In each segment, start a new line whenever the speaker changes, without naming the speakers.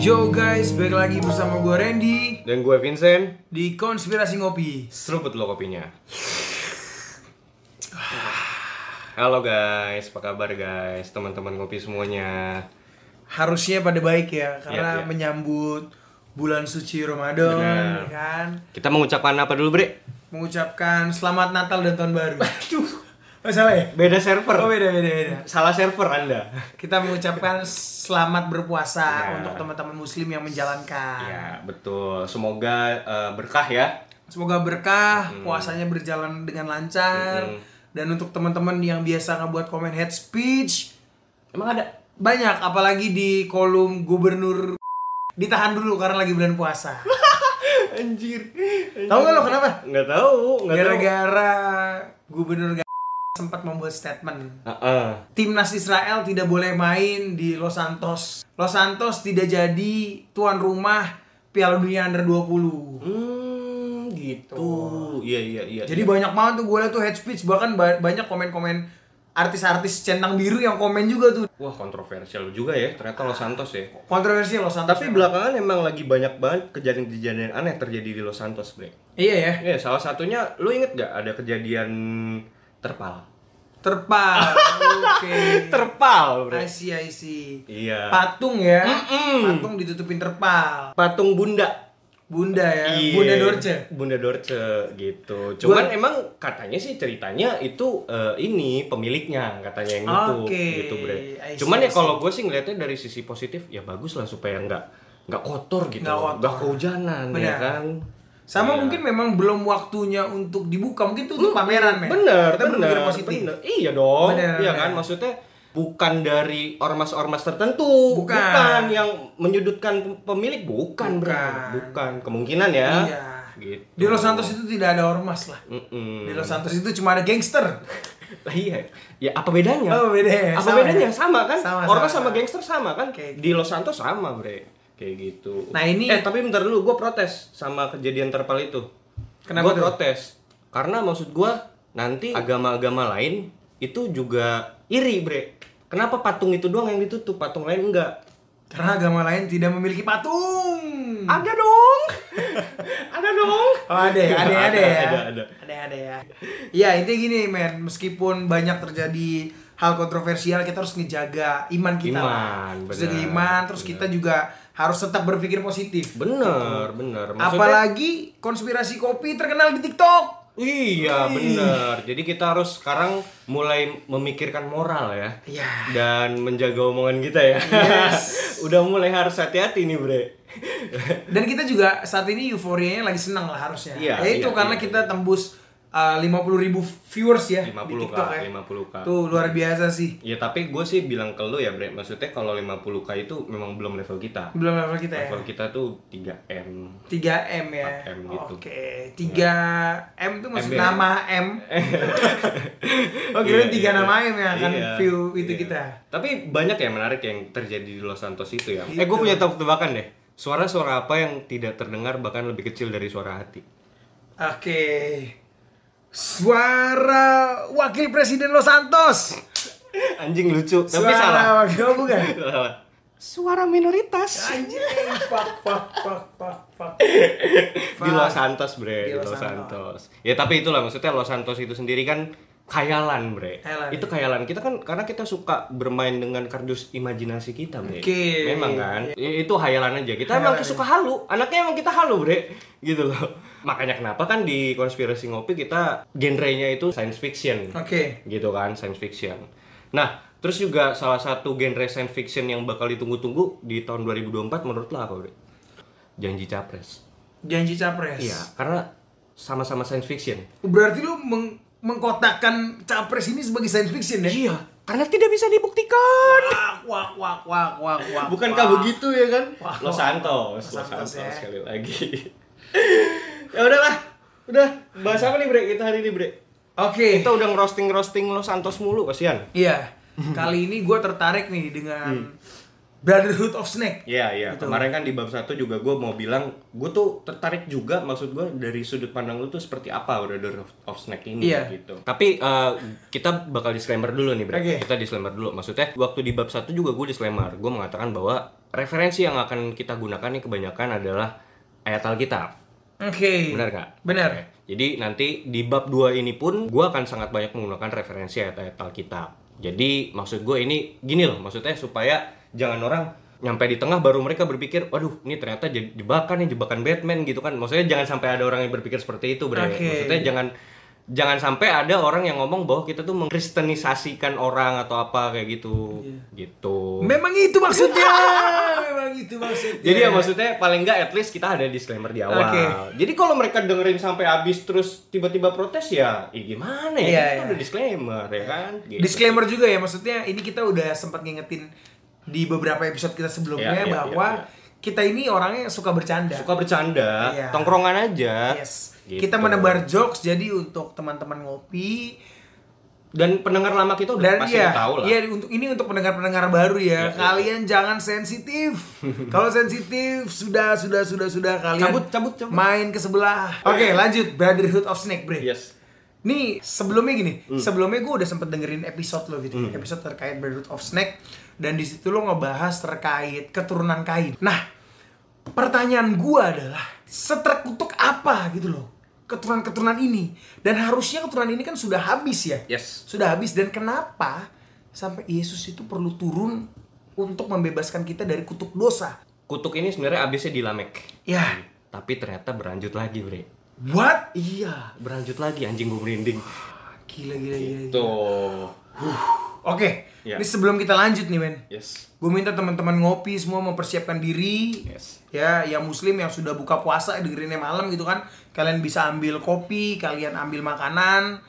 Yo guys, balik lagi bersama gue Randy
Dan gue Vincent,
di Konspirasi Ngopi
seruput lo kopinya. Halo guys, apa kabar guys, teman-teman kopi semuanya.
Harusnya pada baik ya, karena
Iya, iya.
menyambut bulan suci Ramadan
Benar.
ya kan
Kita mengucapkan apa dulu, Bre?
Mengucapkan selamat Natal dan Tahun Baru Aduh, oh, salah ya?
Beda server.
Oh beda, beda, beda
Salah server Anda.
Kita mengucapkan selamat berpuasa
Iya.
untuk teman-teman muslim yang menjalankan
Ya, betul. Semoga eh, berkah ya.
Semoga berkah,
Hmm.
puasanya berjalan dengan lancar Dan untuk teman-teman yang biasa ngebuat komen head speech
Emang ada?
Banyak, apalagi di kolom gubernur ditahan dulu karena lagi bulan puasa.
Anjir.
Tahu nggak lo kenapa?
Nggak tahu, nggak tahu.
Gara-gara gubernur G- sempat membuat statement.
Heeh.
Timnas Israel tidak boleh main di Los Santos. Los Santos tidak jadi tuan rumah Piala Dunia Under 20.
Hmm, gitu. Iya, iya, iya.
Jadi banyak banget tuh gue liat tuh head speech bahkan ba- banyak komen-komen artis-artis centang biru yang komen juga tuh.
Wah, kontroversial juga ya. Ternyata Los Santos ya.
Kontroversi Los Santos.
Tapi belakangan emang lagi banyak banget kejadian-kejadian aneh terjadi di Los Santos, Bre.
Iya ya.
Ya, salah satunya lu inget gak ada kejadian terpal?
Terpal. Oke.
Terpal,
I see, I see.
Iya.
Patung ya.
Mm-mm.
Patung ditutupin terpal.
Patung Bunda.
Bunda ya,
Iya.
Bunda Dorce.
Bunda Dorce gitu. Cuman emang katanya sih ceritanya itu eh, ini pemiliknya katanya yang itu
Oke.
gitu, Bre.
I see,
Cuman ya
I see.
kalau gue sih ngeliatnya dari sisi positif ya bagus lah supaya nggak nggak kotor gitu,
Nggak
loh.
kotor.
nggak kehujanan
Benar.
ya kan.
Sama
Iya.
mungkin memang belum waktunya untuk dibuka, mungkin itu untuk pameran, men.
Bener,
Kita
bener,
berpikir positif.
bener. Iya dong.
Bener,
iya
bener.
kan maksudnya bukan dari ormas-ormas tertentu,
Bukan.
yang menyudutkan pem- pemilik, bukan, Bro.
Bukan.
bukan. Kemungkinan ya.
Iya.
Gitu. Mm.
Di Los Santos itu tidak ada ormas lah.
Mm-mm.
Di Los Santos itu cuma ada gangster.
Lah iya. Ya apa bedanya?
Oh, beda ya,
Apa
sama
bedanya?
ya.
Sama kan?
Sama,
Ormas
sama.
sama, gangster sama kan?
Oke.
Di Los Santos sama, Bre. Kayak gitu.
Nah, ini-
eh tapi bentar dulu gue protes sama kejadian terpal itu.
Kenapa
Gue
tuh?
protes karena maksud gue nanti agama-agama lain itu juga iri, Bre. Kenapa patung itu doang yang ditutup, patung lain enggak?
Karena agama lain tidak memiliki patung.
Ada dong. ada dong.
Hmm. Oh, ada, ya, ada, ada, ya.
Ada, ada.
Ada, ada ya. Ya, intinya gini, men. Meskipun banyak terjadi hal kontroversial, kita harus ngejaga iman kita. lah.
Iman,
Terus
benar,
jaga iman, terus kita juga harus tetap berpikir positif.
Bener, bener.
Apalagi konspirasi kopi terkenal di TikTok.
Iya bener, jadi kita harus sekarang mulai memikirkan moral ya
Iya.
Dan menjaga omongan kita ya Udah mulai harus hati-hati nih bre
Dan kita juga saat ini euforianya lagi senang lah harusnya.
Iya,
ya itu
iya,
karena
iya.
kita tembus uh, 50 ribu viewers ya di
50k,
TikTok ya.
50k
Tuh luar biasa sih.
Ya tapi gue sih bilang ke lu ya bre, maksudnya kalau 50k itu memang belum level kita
Belum level kita ya.
Level kita tuh 3M
3M ya.
4M gitu. ya?
Oke. 3M tuh maksud
MB.
nama M. oh, kira
Iya,
tiga
iya.
nama M ya kan
Iya,
view itu
iya.
kita.
Tapi banyak ya menarik yang terjadi di Los Santos itu ya Eh
Gitu.
gue punya tebak-tebakan deh Suara-suara apa yang tidak terdengar bahkan lebih kecil dari suara hati
Oke. Suara Wakil Presiden Los Santos.
Anjing lucu, tapi
Suara
salah
Wakil oh, bukan.
Suara minoritas
Anjing, fuck, fuck, fuck, fuck, fuck.
di Los Santos,
Di
bre. Di
Los
Los,
Santos.
Santos. Ya tapi itulah maksudnya Los Santos itu sendiri kan khayalan, bre.
Khayalan.
Itu khayalan kita kan karena kita suka bermain dengan kardus imajinasi kita, bre.
Oke.
Memang kan. I- Itu khayalan aja. Kita
Khayalan
emang suka halu. Anaknya emang kita halu, bre. Gitu loh. Makanya kenapa kan di konspirasi ngopi kita genrenya itu science fiction
Oke.
gitu kan science fiction. Nah, terus juga salah satu genre science fiction yang bakal ditunggu-tunggu di tahun 2024 menurut lo apa, Bre? Janji Capres.
Janji capres.
Iya, karena sama-sama science fiction.
Berarti lu meng- mengkotakkan capres ini sebagai science fiction ya?
Iya, karena tidak bisa dibuktikan.
Wak, wak, wak, wak, wak, wak.
Bukankah
wak.
begitu ya kan?
Wah.
Los Santos,
Los
Los
Santos
Santos,
ya.
sekali lagi. ya udahlah, udah bahas apa nih, Bre? Kita hari ini, Bre.
Oke.
Kita udah ngerosting-roasting Los Santos mulu, kasihan.
Iya.
Mhm.
Kali ini gue tertarik nih dengan Brotherhood of Snake.
Hmm. Iya iya.
Gitu.
Kemarin kan di bab satu juga gue mau bilang gue tuh tertarik juga maksud gue dari sudut pandang lu tuh seperti apa Brother of, of Snack ini
Iya.
gitu. Tapi eh, kita bakal disclaimer dulu nih, Bre.
Oke.
Kita disclaimer dulu. Maksudnya waktu di bab satu juga gue disclaimer. Gue mengatakan bahwa referensi yang akan kita gunakan nih kebanyakan adalah ayat Alkitab.
Oke.
Benar kak?
Benar.
Oke. Jadi nanti di bab 2 ini pun gue akan sangat banyak menggunakan referensi ayat-ayat Alkitab. Jadi maksud gue ini gini loh, maksudnya supaya jangan orang nyampe di tengah baru mereka berpikir, waduh ini ternyata je- jebakan nih jebakan Batman gitu kan. Maksudnya jangan sampai ada orang yang berpikir seperti itu, bre.
Oke.
Maksudnya jangan jangan sampai ada orang yang ngomong bahwa kita tuh mengkristenisasikan orang atau apa kayak gitu, gitu.
Memang itu maksudnya. Memang itu maksudnya.
Jadi ya maksudnya paling nggak at least kita ada disclaimer di awal.
Iya. Oke.
Jadi kalau mereka dengerin sampai habis terus tiba-tiba protes ya, ya gimana ya?
Iya,
Kita
iya.
udah disclaimer ya kan? Gitu.
Disclaimer juga ya, maksudnya ini kita udah sempat ngingetin di beberapa episode kita sebelumnya
Iya, iya,
bahwa
iya,
kita ini orangnya yang suka bercanda.
Suka bercanda,
Iya.
tongkrongan aja.
Yes.
Gitu.
Kita menebar jokes jadi untuk teman-teman ngopi
dan pendengar lama kita
dan
udah pasti
ya,
udah tahu lah.
ya untuk ini untuk pendengar-pendengar baru ya.
Iya, iya.
kalian jangan sensitif. Kalau sensitif sudah sudah sudah sudah kalian
Cabut, cabut, cabut.
main ke sebelah. Oke, lanjut Brotherhood of Snake Break.
Yes. Hmm.
Nih sebelumnya gini, sebelumnya gue udah sempet dengerin episode lo gitu, episode terkait Brotherhood of Snack dan di situ lo ngebahas terkait keturunan Kain. Nah, pertanyaan gue adalah seterkutuk apa gitu loh keturunan-keturunan ini dan harusnya keturunan ini kan sudah habis ya,
Yes.
sudah habis dan kenapa sampai Yesus itu perlu turun untuk membebaskan kita dari kutuk dosa?
Kutuk ini sebenarnya abisnya di Lamek.
Ya,
Tapi ternyata berlanjut lagi, Bre.
what?
Iya, berlanjut lagi anjing gue merinding.
Gila gila gila. gila.
Tuh.
Oke,
Ya.
ini sebelum kita lanjut nih men.
Yes.
Gue minta teman-teman ngopi semua mempersiapkan diri.
Yes.
Ya, yang muslim yang sudah buka puasa dengerinnya malam gitu kan. Kalian bisa ambil kopi, kalian ambil makanan.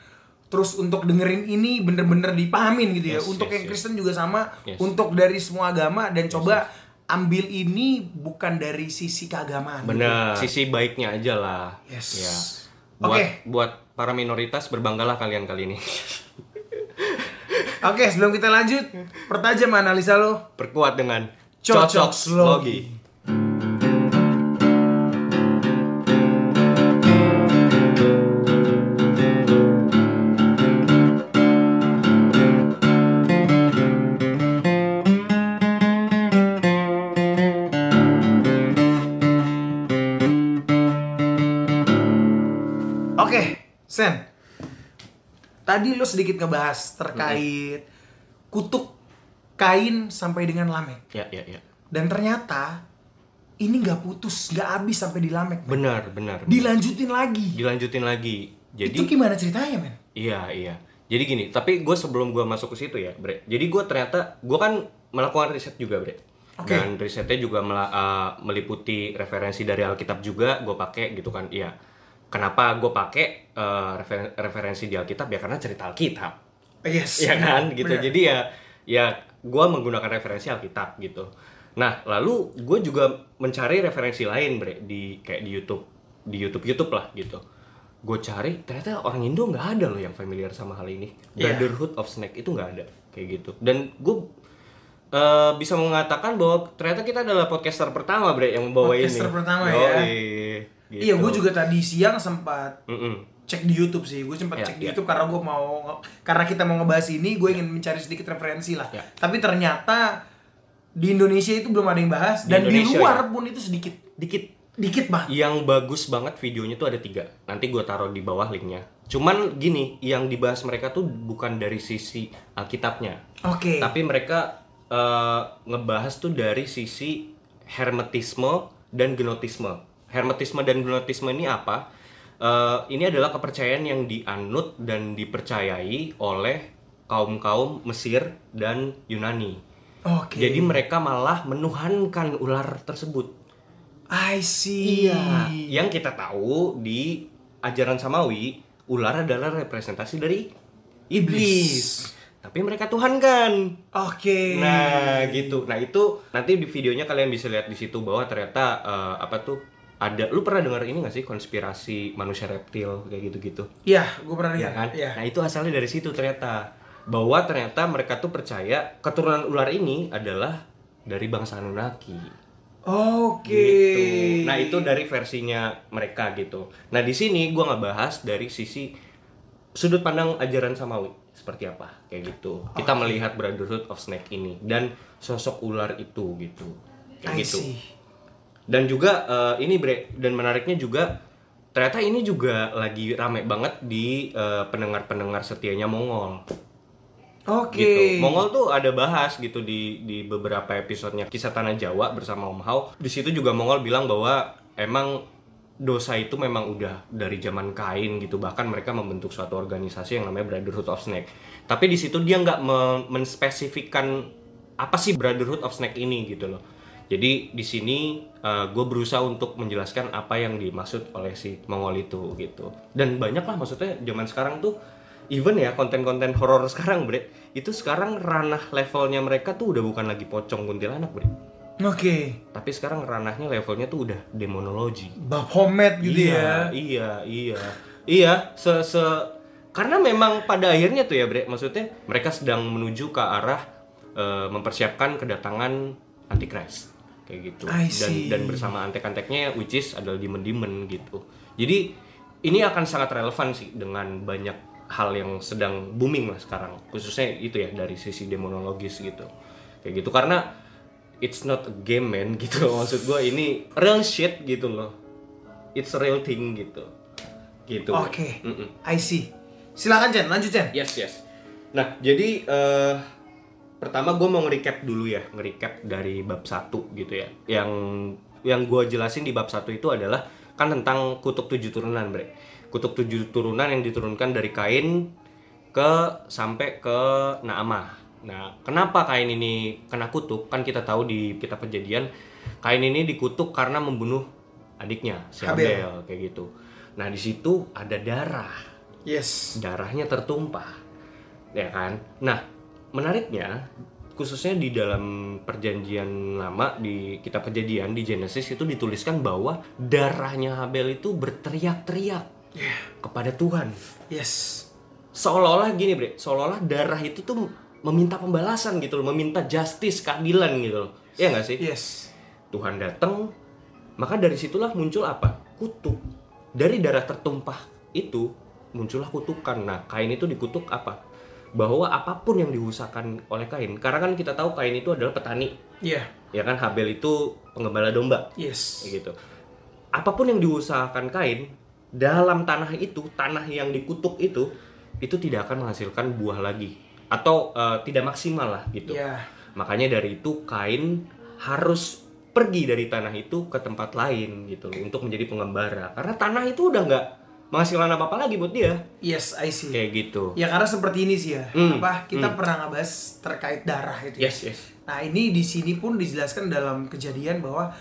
Terus untuk dengerin ini bener-bener dipahamin gitu ya.
Yes,
untuk
yes,
yang
yes.
Kristen juga sama,
Yes.
untuk dari semua agama dan coba ambil ini bukan dari sisi keagamaan.
Benar. Sisi baiknya aja lah.
Yes.
Ya.
Oke.
Buat, buat para minoritas berbanggalah kalian kali ini.
Oke, sebelum kita lanjut, pertajam analisa lo.
Perkuat dengan
Cocok
cocok
Slogi.
slogi.
Oke, Sen. Tadi lu sedikit ngebahas terkait kutuk kain sampai dengan lamek.
Ya, ya, ya.
Dan ternyata ini nggak putus, nggak habis sampai di lamek. men.
Benar, benar.
Dilanjutin lagi.
Dilanjutin lagi. Jadi
Itu gimana ceritanya, men?
Iya, iya. Jadi gini, tapi gue sebelum gue masuk ke situ ya, Bre. Jadi gue ternyata, gue kan melakukan riset juga, Bre.
Oke.
Dan risetnya juga mela- eh, meliputi referensi dari Alkitab juga, gue pakai gitu kan, iya. Kenapa gue pakai eh, refer- referensi di Alkitab? Ya karena cerita Alkitab.
Oh, Yes.
ya kan gitu
Benar.
jadi ya ya gue menggunakan referensi Alkitab gitu nah lalu gue juga mencari referensi lain bre di kayak di YouTube di YouTube YouTube lah gitu gue cari ternyata orang Indo nggak ada loh yang familiar sama hal ini
Iya.
Brotherhood of Snack itu nggak ada kayak gitu dan gue bisa mengatakan bahwa ternyata kita adalah podcaster pertama bre yang membawa
Podcaster
ini gitu.
pertama ya. Iya, gue
gue
juga tadi siang sempat cek di YouTube sih, gue sempat
Ya,
cek di
ya.
YouTube karena gue mau karena kita mau ngebahas ini,
Iya.
gue ingin mencari sedikit referensi lah.
Ya.
Tapi ternyata di Indonesia itu belum ada yang bahas
Di
dan di
Indonesia, iya.
luar pun itu sedikit,
dikit Iya.
dikit banget.
yang bagus banget videonya tuh ada tiga nanti gue taruh di bawah linknya cuman gini yang dibahas mereka tuh bukan dari sisi Alkitabnya
Oke.
tapi mereka eh, ngebahas tuh dari sisi hermetisme dan gnotisme hermetisme dan gnotisme ini apa Eh, ini adalah kepercayaan yang dianut dan dipercayai oleh kaum kaum Mesir dan Yunani
Oke.
jadi mereka malah menuhankan ular tersebut
I see.
Iya. yang kita tahu di ajaran samawi, ular adalah representasi dari iblis. Tapi mereka Tuhan kan.
Oke.
Nah, gitu. Nah, itu nanti di videonya kalian bisa lihat di situ bahwa ternyata eh, apa tuh ada lu pernah dengar ini gak sih konspirasi manusia reptil kayak gitu-gitu?
Iya, gue pernah
Iya
lihat.
kan?
Iya.
Nah, itu asalnya dari situ ternyata bahwa ternyata mereka tuh percaya keturunan ular ini adalah dari bangsa Anunnaki
Oke.
gitu. Nah itu dari versinya mereka gitu. Nah di sini gua nggak bahas dari sisi sudut pandang ajaran samawi seperti apa kayak gitu. Kita melihat Brotherhood of Snake ini dan sosok ular itu gitu.
I
kayak gitu
see.
dan juga eh, ini bre dan menariknya juga ternyata ini juga lagi rame banget di eh, pendengar-pendengar setianya Mongol
Oke.
gitu. Mongol tuh ada bahas gitu di di beberapa episodenya kisah tanah Jawa bersama Om Hao. Di situ juga Mongol bilang bahwa emang dosa itu memang udah dari zaman kain gitu bahkan mereka membentuk suatu organisasi yang namanya Brotherhood of Snake. Tapi di situ dia nggak me- menspesifikkan apa sih Brotherhood of Snake ini gitu loh. Jadi di sini gue berusaha untuk menjelaskan apa yang dimaksud oleh si Mongol itu gitu. Dan banyak lah maksudnya zaman sekarang tuh even ya konten-konten horor sekarang bre itu sekarang ranah levelnya mereka tuh udah bukan lagi pocong kuntilanak bre
Oke.
tapi sekarang ranahnya levelnya tuh udah demonologi
Bab homemade gitu
iya,
ya.
iya iya iya se se karena memang pada akhirnya tuh ya bre maksudnya mereka sedang menuju ke arah eh, mempersiapkan kedatangan antikris kayak gitu
I
dan
see.
dan bersama antek-anteknya which is adalah demon-demon gitu jadi ini akan sangat relevan sih dengan banyak hal yang sedang booming lah sekarang khususnya itu ya dari sisi demonologis gitu kayak gitu karena it's not a game man gitu loh. maksud gue ini real shit gitu loh it's a real thing gitu gitu
Oke.
Mm-mm. Iya.
I see. Silakan Chen, lanjut Chen.
Yes, yes. Nah, jadi eh, pertama gue mau nge-recap dulu ya, nge-recap dari bab 1 gitu ya. Yang yang gue jelasin di bab 1 itu adalah kan tentang kutuk tujuh turunan, Bre. Kutuk tujuh turunan yang diturunkan dari Kain ke sampai ke Naamah. Nah, kenapa Kain ini kena kutuk? Kan kita tahu di kitab Kejadian Kain ini dikutuk karena membunuh adiknya, si
Habel.
Habel kayak gitu. Nah, di situ ada darah
Yes.
darahnya tertumpah ya kan nah menariknya khususnya di dalam perjanjian lama di kitab kejadian di Genesis itu dituliskan bahwa darahnya Habel itu berteriak-teriak kepada Tuhan
Yes.
seolah-olah gini bre seolah-olah darah itu tuh meminta pembalasan gitu loh meminta justice keadilan gitu loh ya nggak sih
Yes.
Tuhan datang, maka dari situlah muncul apa? Kutuk. Dari darah tertumpah itu muncullah kutukan. Nah, kain itu dikutuk apa? Bahwa apapun yang diusahakan oleh kain, karena kan kita tahu kain itu adalah petani,
Yeah.
ya kan Habel itu pengembala domba,
Iya, Yes.
kayak gitu. Apapun yang diusahakan kain dalam tanah itu, tanah yang dikutuk itu, itu tidak akan menghasilkan buah lagi atau eh, tidak maksimal lah gitu.
Yeah.
Makanya dari itu kain harus pergi dari tanah itu ke tempat lain gitu loh, untuk menjadi pengembara. Karena tanah itu udah nggak menghasilkan apa-apa lagi buat dia
Yes, I see.
kayak gitu.
Ya karena seperti ini sih ya.
Hmm,
Apa kita pernah ngebahas terkait darah itu. ya.
Yes, yes.
Nah, ini di sini pun dijelaskan dalam kejadian bahwa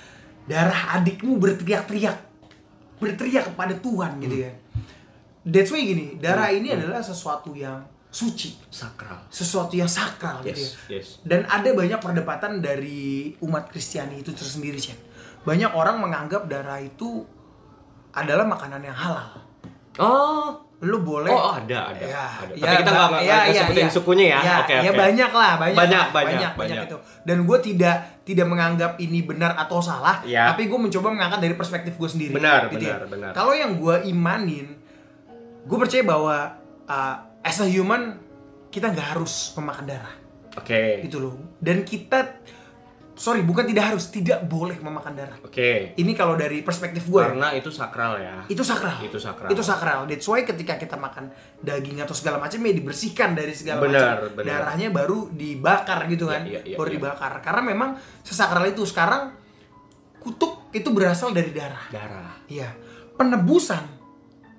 darah adikmu berteriak-teriak. Berteriak kepada Tuhan gitu
Hmm.
ya. That's why gini, darah ini adalah sesuatu yang suci,
Sakral.
sesuatu yang sakral gitu
Yes,
ya.
yes.
Dan ada banyak perdebatan dari umat Kristiani itu tersendiri, Chen. Banyak orang menganggap darah itu adalah makanan yang halal.
Oh,
Lu boleh
oh ada ada.
Ya,
ada.
ya,
Tapi kita nggak
ba-
nggak-
ya,
nggak
ya,
sebutin
ya.
sukunya ya. Oke oke.
ya banyak lah, banyak,
Banyak,
lah,
banyak,
banyak,
banyak.
itu. Dan gue tidak tidak menganggap ini benar atau salah,
Ya.
tapi gue mencoba mengangkat dari perspektif gue sendiri. ya.
Benar, benar, benar.
Kalau yang gue imanin, gue percaya bahwa uh, as a human kita nggak harus memakan darah,
Oke.
gitu loh. Dan kita, sorry, bukan tidak harus, tidak boleh memakan darah.
Oke.
Ini kalau dari perspektif gue.
Karena itu sakral ya.
itu sakral
Itu sakral.
itu sakral that's why ketika kita makan daging atau segala macam ya dibersihkan dari segala
Benar,
macam
benar.
darahnya baru dibakar gitu kan
Iya, iya, iya,
baru
iya.
dibakar karena memang sesakral itu sekarang kutuk itu berasal dari darah
Darah.
iya penebusan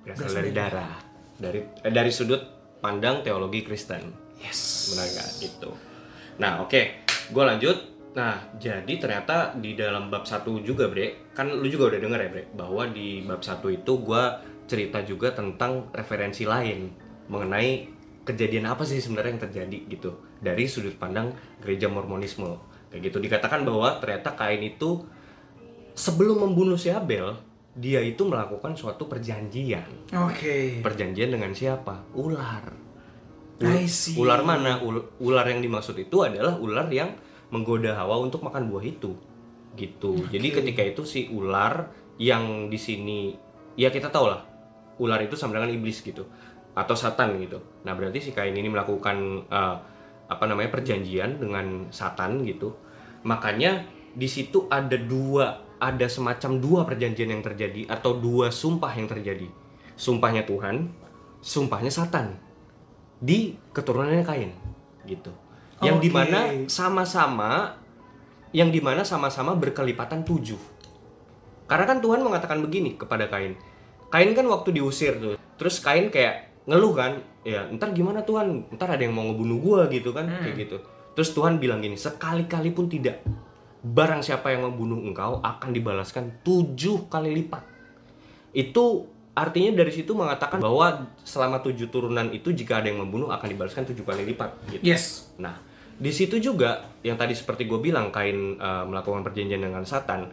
Berasal
Berasal
dari
dari
darah. Dari eh, dari sudut pandang teologi Kristen.
yes
benar nggak gitu nah oke gue lanjut nah jadi ternyata di dalam bab satu juga bre kan lu juga udah denger ya bre bahwa di bab satu itu gue cerita juga tentang referensi lain mengenai kejadian apa sih sebenarnya yang terjadi gitu dari sudut pandang gereja Mormonisme kayak gitu dikatakan bahwa ternyata kain itu sebelum membunuh si Abel dia itu melakukan suatu perjanjian
oke
perjanjian dengan siapa? Ular.
I see.
Ular mana? Ul- ular yang dimaksud itu adalah ular yang menggoda Hawa untuk makan buah itu. Gitu. Jadi ketika itu si ular yang di sini ya kita tahu lah. Ular itu sama dengan iblis gitu atau setan gitu. Nah, berarti si Kain ini melakukan eh, apa namanya perjanjian dengan setan gitu. Makanya di situ ada dua ada semacam dua perjanjian yang terjadi atau dua sumpah yang terjadi sumpahnya Tuhan sumpahnya Satan di keturunannya Kain gitu yang
Oke.
dimana sama-sama yang dimana sama-sama berkelipatan tujuh karena kan Tuhan mengatakan begini kepada Kain Kain kan waktu diusir tuh terus Kain kayak ngeluh kan ya ntar gimana Tuhan ntar ada yang mau ngebunuh gua gitu kan kayak gitu terus Tuhan bilang gini sekali-kali pun tidak barang siapa yang membunuh engkau akan dibalaskan tujuh kali lipat itu artinya dari situ mengatakan bahwa selama tujuh turunan itu jika ada yang membunuh akan dibalaskan tujuh kali lipat gitu.
Yes.
Nah, di situ juga yang tadi seperti gue bilang kain eh, melakukan perjanjian dengan Satan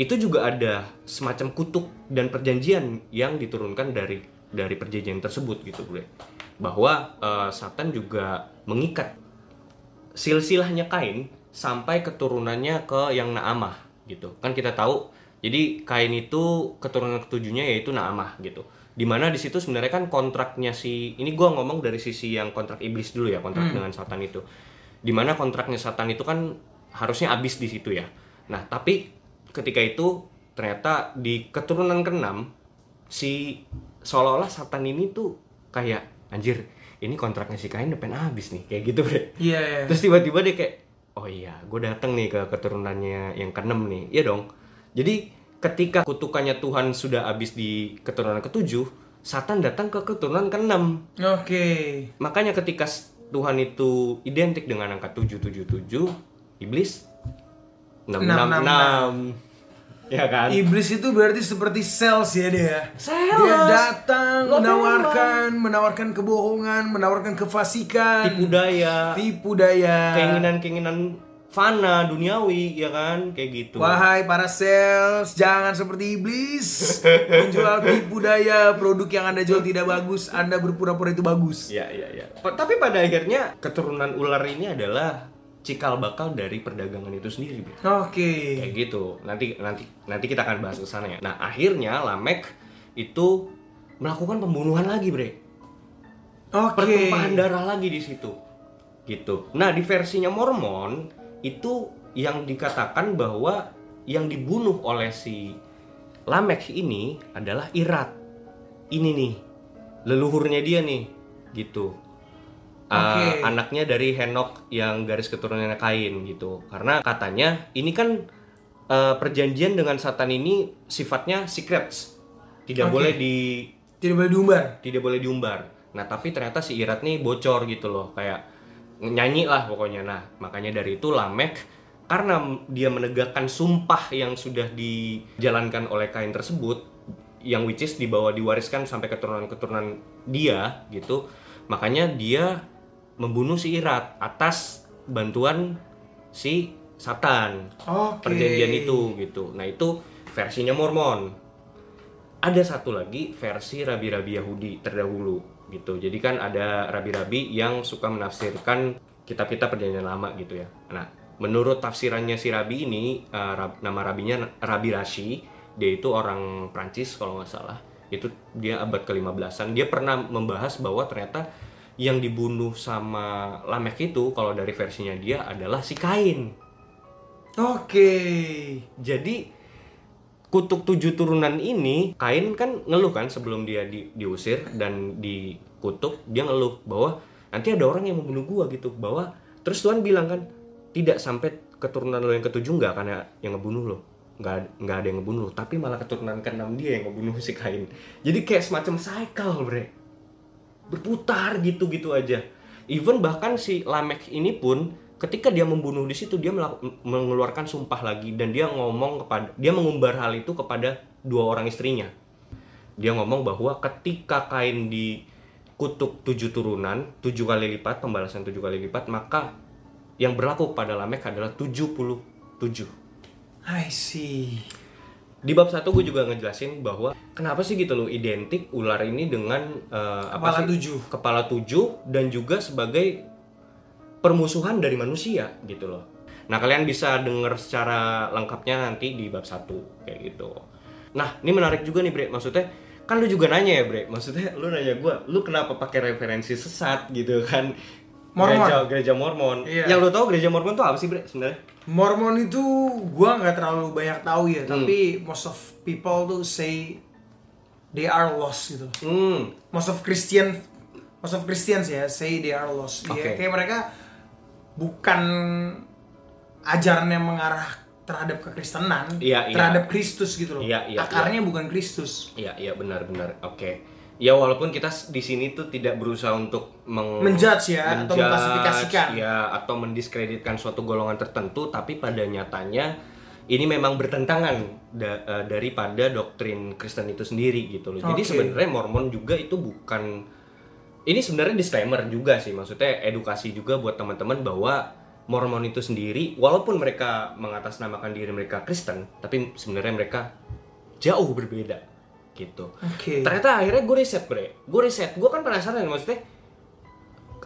itu juga ada semacam kutuk dan perjanjian yang diturunkan dari dari perjanjian tersebut gitu gue bahwa eh, Satan juga mengikat silsilahnya kain sampai keturunannya ke yang Naamah gitu kan kita tahu jadi kain itu keturunan ketujuhnya yaitu Naamah gitu dimana di situ sebenarnya kan kontraknya si ini gua ngomong dari sisi yang kontrak iblis dulu ya kontrak dengan Satan itu dimana kontraknya Satan itu kan harusnya habis di situ ya nah tapi ketika itu ternyata di keturunan keenam si seolah-olah Satan ini tuh kayak anjir ini kontraknya si kain depan habis nih kayak gitu bre
Iya. iya.
Terus tiba-tiba dia kayak, oh iya, gue datang nih ke keturunannya yang keenam nih, iya dong. Jadi ketika kutukannya Tuhan sudah habis di keturunan ketujuh, Satan datang ke keturunan keenam.
Oke.
Makanya ketika s- Tuhan itu identik dengan angka 777, iblis 666. Ya kan?
Iblis itu berarti seperti sales ya dia.
Sales.
Dia datang
Lo
menawarkan, menawarkan kebohongan, menawarkan kefasikan,
Tipu daya,
tipu daya.
keinginan-keinginan fana duniawi, ya kan? Kayak gitu.
Wahai para sales, jangan seperti iblis menjual tipu daya produk yang anda jual tidak bagus, anda berpura-pura itu bagus.
Ya, ya, ya. Pa- Tapi pada akhirnya keturunan ular ini adalah cikal bakal dari perdagangan itu sendiri, Bro.
Oke,
Kayak gitu. Nanti nanti nanti kita akan bahas ke sana ya. Nah, akhirnya Lamek itu melakukan pembunuhan lagi, Bre.
oke.
Pertumpahan darah lagi di situ. Gitu. Nah, di versinya Mormon itu yang dikatakan bahwa yang dibunuh oleh si Lamek ini adalah Irat. Ini nih leluhurnya dia nih, gitu. Uh,
Oke.
anaknya dari Henok yang garis keturunannya Kain gitu. Karena katanya ini kan uh, perjanjian dengan Satan ini sifatnya secrets.
Oke.
Tidak boleh di
Tidak boleh diumbar.
tidak boleh diumbar. Nah tapi ternyata si Irat nih bocor gitu loh, kayak nyanyi lah pokoknya. Nah makanya dari itu Lamek karena m- dia menegakkan sumpah yang sudah dijalankan oleh kain tersebut, yang which is dibawa diwariskan sampai keturunan-keturunan dia gitu, makanya dia membunuh si Irat atas bantuan si Satan
Oke.
perjanjian itu gitu. Nah itu versinya Mormon. Ada satu lagi versi rabi-rabi Yahudi terdahulu gitu. Jadi kan ada rabi-rabi yang suka menafsirkan kitab-kitab perjanjian lama gitu ya. Nah menurut tafsirannya si rabi ini eh, rab- nama rabinya Rabi Rashi. Dia itu orang Prancis kalau nggak salah. Itu dia abad ke-15an. Dia pernah membahas bahwa ternyata yang dibunuh sama Lamek itu kalau dari versinya dia adalah si Kain.
Oke.
Jadi kutuk tujuh turunan ini Kain kan ngeluh kan sebelum dia di- diusir dan dikutuk dia ngeluh bahwa nanti ada orang yang membunuh gua gitu bahwa terus Tuhan bilang kan tidak sampai keturunan lo yang ketujuh nggak akan ada yang ngebunuh lo nggak nggak ada yang ngebunuh lo. tapi malah keturunan keenam dia yang ngebunuh si Kain jadi kayak semacam cycle bre berputar gitu gitu aja even bahkan si Lamek ini pun ketika dia membunuh di situ dia melaku- mengeluarkan sumpah lagi dan dia ngomong kepada dia mengumbar hal itu kepada dua orang istrinya dia ngomong bahwa ketika kain dikutuk tujuh turunan tujuh kali lipat pembalasan tujuh kali lipat maka yang berlaku pada Lamek adalah 77
I see.
di bab satu gue juga ngejelasin bahwa kenapa sih gitu loh identik ular ini dengan eh,
Kepala
apa sih?
tujuh.
kepala tujuh dan juga sebagai permusuhan dari manusia gitu loh. Nah kalian bisa denger secara lengkapnya nanti di bab satu kayak gitu. Nah ini menarik juga nih Bre, maksudnya kan lu juga nanya ya Bre, maksudnya lu nanya gue, lu kenapa pakai referensi sesat gitu kan?
Mormon.
Gereja, gereja Mormon.
Iya.
Yang lo tau gereja Mormon tuh apa sih, Bre? Sebenarnya?
Mormon itu gua nggak terlalu banyak tahu ya,
Hmm.
tapi most of people tuh say they are lost gitu.
Hmm.
Most of Christian most of Christians ya say they are lost. Iya,
Oke.
kayak mereka bukan ajarannya mengarah terhadap kekristenan,
Iya, iya.
terhadap Kristus gitu loh.
Iya, iya,
Akarnya bukan Kristus.
Iya, iya benar-benar. Oke. Ya walaupun kita s- di sini tuh tidak berusaha untuk meng
Menjudge ya, atau
menjudge,
mengklasifikasikan.
ya, atau mendiskreditkan suatu golongan tertentu, tapi pada nyatanya ini memang bertentangan da- eh, daripada doktrin Kristen itu sendiri gitu loh. Jadi
Oke.
sebenarnya Mormon juga itu bukan ini sebenarnya disclaimer juga sih, maksudnya edukasi juga buat teman-teman bahwa Mormon itu sendiri walaupun mereka mengatasnamakan diri mereka Kristen, tapi sebenarnya mereka jauh berbeda gitu.
Oke.
Ternyata akhirnya gue riset bre, gue riset, gue kan penasaran maksudnya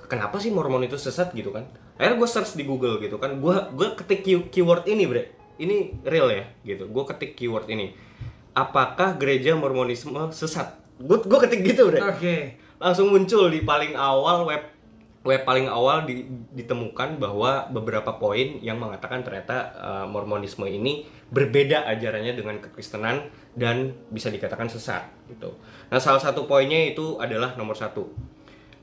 kenapa sih Mormon itu sesat gitu kan? Akhirnya gue search di Google gitu kan, gue gue ketik key- keyword ini bre, ini real ya gitu, gue ketik keyword ini, apakah gereja Mormonisme sesat? Gue gue ketik gitu bre,
Oke.
langsung muncul di paling awal web web paling awal di- ditemukan bahwa beberapa poin yang mengatakan ternyata eh, Mormonisme ini berbeda ajarannya dengan kekristenan dan bisa dikatakan sesat gitu. Nah salah satu poinnya itu adalah nomor satu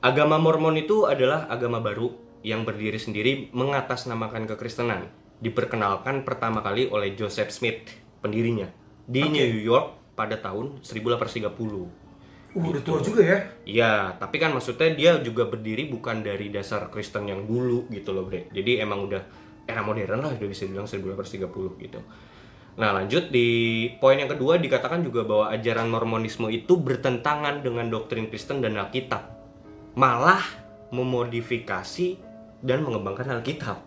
agama Mormon itu adalah agama baru yang berdiri sendiri mengatasnamakan kekristenan diperkenalkan pertama kali oleh Joseph Smith pendirinya di New York pada tahun 1830.
Uh, udah tua juga ya.
Iya, tapi kan maksudnya dia juga berdiri bukan dari dasar Kristen yang dulu gitu loh, Bre. Jadi emang udah era modern lah, udah bisa dibilang 1830 gitu. Nah, lanjut di poin yang kedua dikatakan juga bahwa ajaran Mormonisme itu bertentangan dengan doktrin Kristen dan Alkitab. Malah memodifikasi dan mengembangkan Alkitab.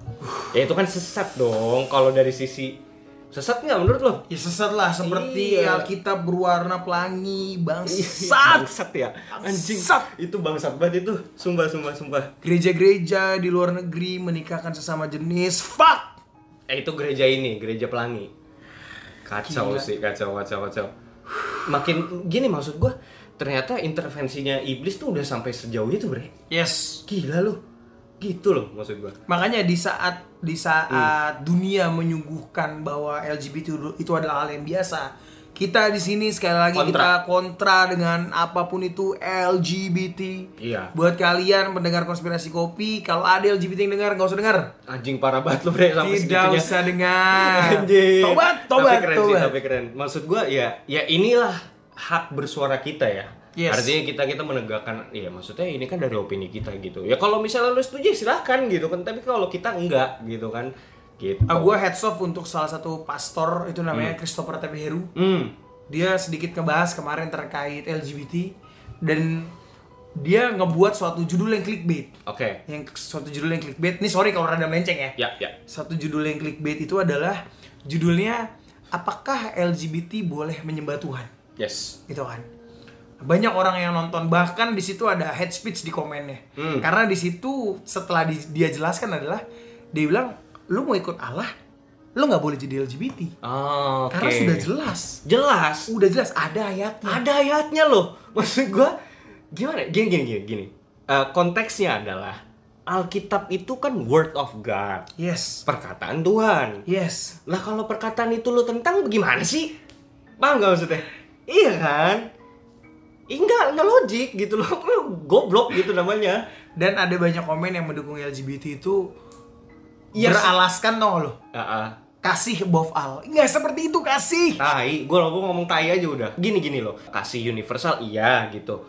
Ya itu kan sesat dong kalau dari sisi sesat nggak menurut lo?
Ya sesat lah seperti
Iya.
Alkitab berwarna pelangi, Iya, bangsat.
Bangsat ya anjing
Bangsat.
itu bangsat banget itu sumpah sumpah sumpah
Gereja-gereja di luar negeri menikahkan sesama jenis. Fuck.
Eh itu gereja ini, gereja pelangi. Kacau
Gila.
sih, kacau, kacau, kacau. Makin gini maksud gua, ternyata intervensinya iblis tuh udah sampai sejauh itu, Bre.
Yes.
Gila lu. Gitu loh maksud gua.
Makanya di saat di
Hmm.
saat dunia menyuguhkan bahwa LGBT du- itu adalah hal yang biasa, kita di sini sekali lagi
Kontra.
kita kontra dengan apapun itu LGBT.
Iya.
Buat kalian pendengar konspirasi kopi, kalau ada LGBT yang dengar nggak usah dengar.
Anjing parah banget lu, Bre, sampai
Tidak
segitunya.
usah dengar.
Anjing.
Tobat,
tapi
tobat,
keren sih,
tobat.
tapi keren. Maksud gua ya, ya inilah hak bersuara kita ya.
Yes.
Artinya kita kita menegakkan, ya maksudnya ini kan dari opini kita gitu. Ya kalau misalnya lu setuju silahkan gitu kan, tapi kalau kita enggak gitu kan, gitu.
Ah, gue heads off untuk salah satu pastor itu namanya Christopher Tepeheru.
Hmm.
Dia sedikit ngebahas kemarin terkait LGBT dan dia ngebuat suatu judul yang clickbait.
Oke.
Yang suatu judul yang clickbait. Nih sorry kalau rada melenceng ya.
Ya, ya.
Satu judul yang clickbait itu adalah judulnya apakah LGBT boleh menyembah Tuhan?
Yes.
Gitu kan. Banyak orang yang nonton bahkan di situ ada head speech di komennya.
Hmm.
Karena di situ setelah di- dia jelaskan adalah dia bilang lu mau ikut Allah, lu nggak boleh jadi LGBT.
Oh,
Karena sudah jelas. Iya.
Jelas.
Udah jelas ada ayatnya.
Ada ayatnya loh. Maksud gua gimana? Gini gini gini. gini. Eh, konteksnya adalah Alkitab itu kan word of God.
Yes.
Perkataan Tuhan.
Yes.
Lah kalau perkataan itu lu tentang gimana sih? Paham gak maksudnya? Iya kan? Ih, Enggak, enggak logik gitu loh. Lu Goblok gitu namanya.
Dan ada banyak komen yang mendukung LGBT itu
Yes.
beralaskan tau nggak lo.
Ah, ah.
Kasih above all. Nggak seperti itu kasih.
Tai, gue lo gua ngomong tai aja udah. Gini gini loh, kasih universal iya gitu.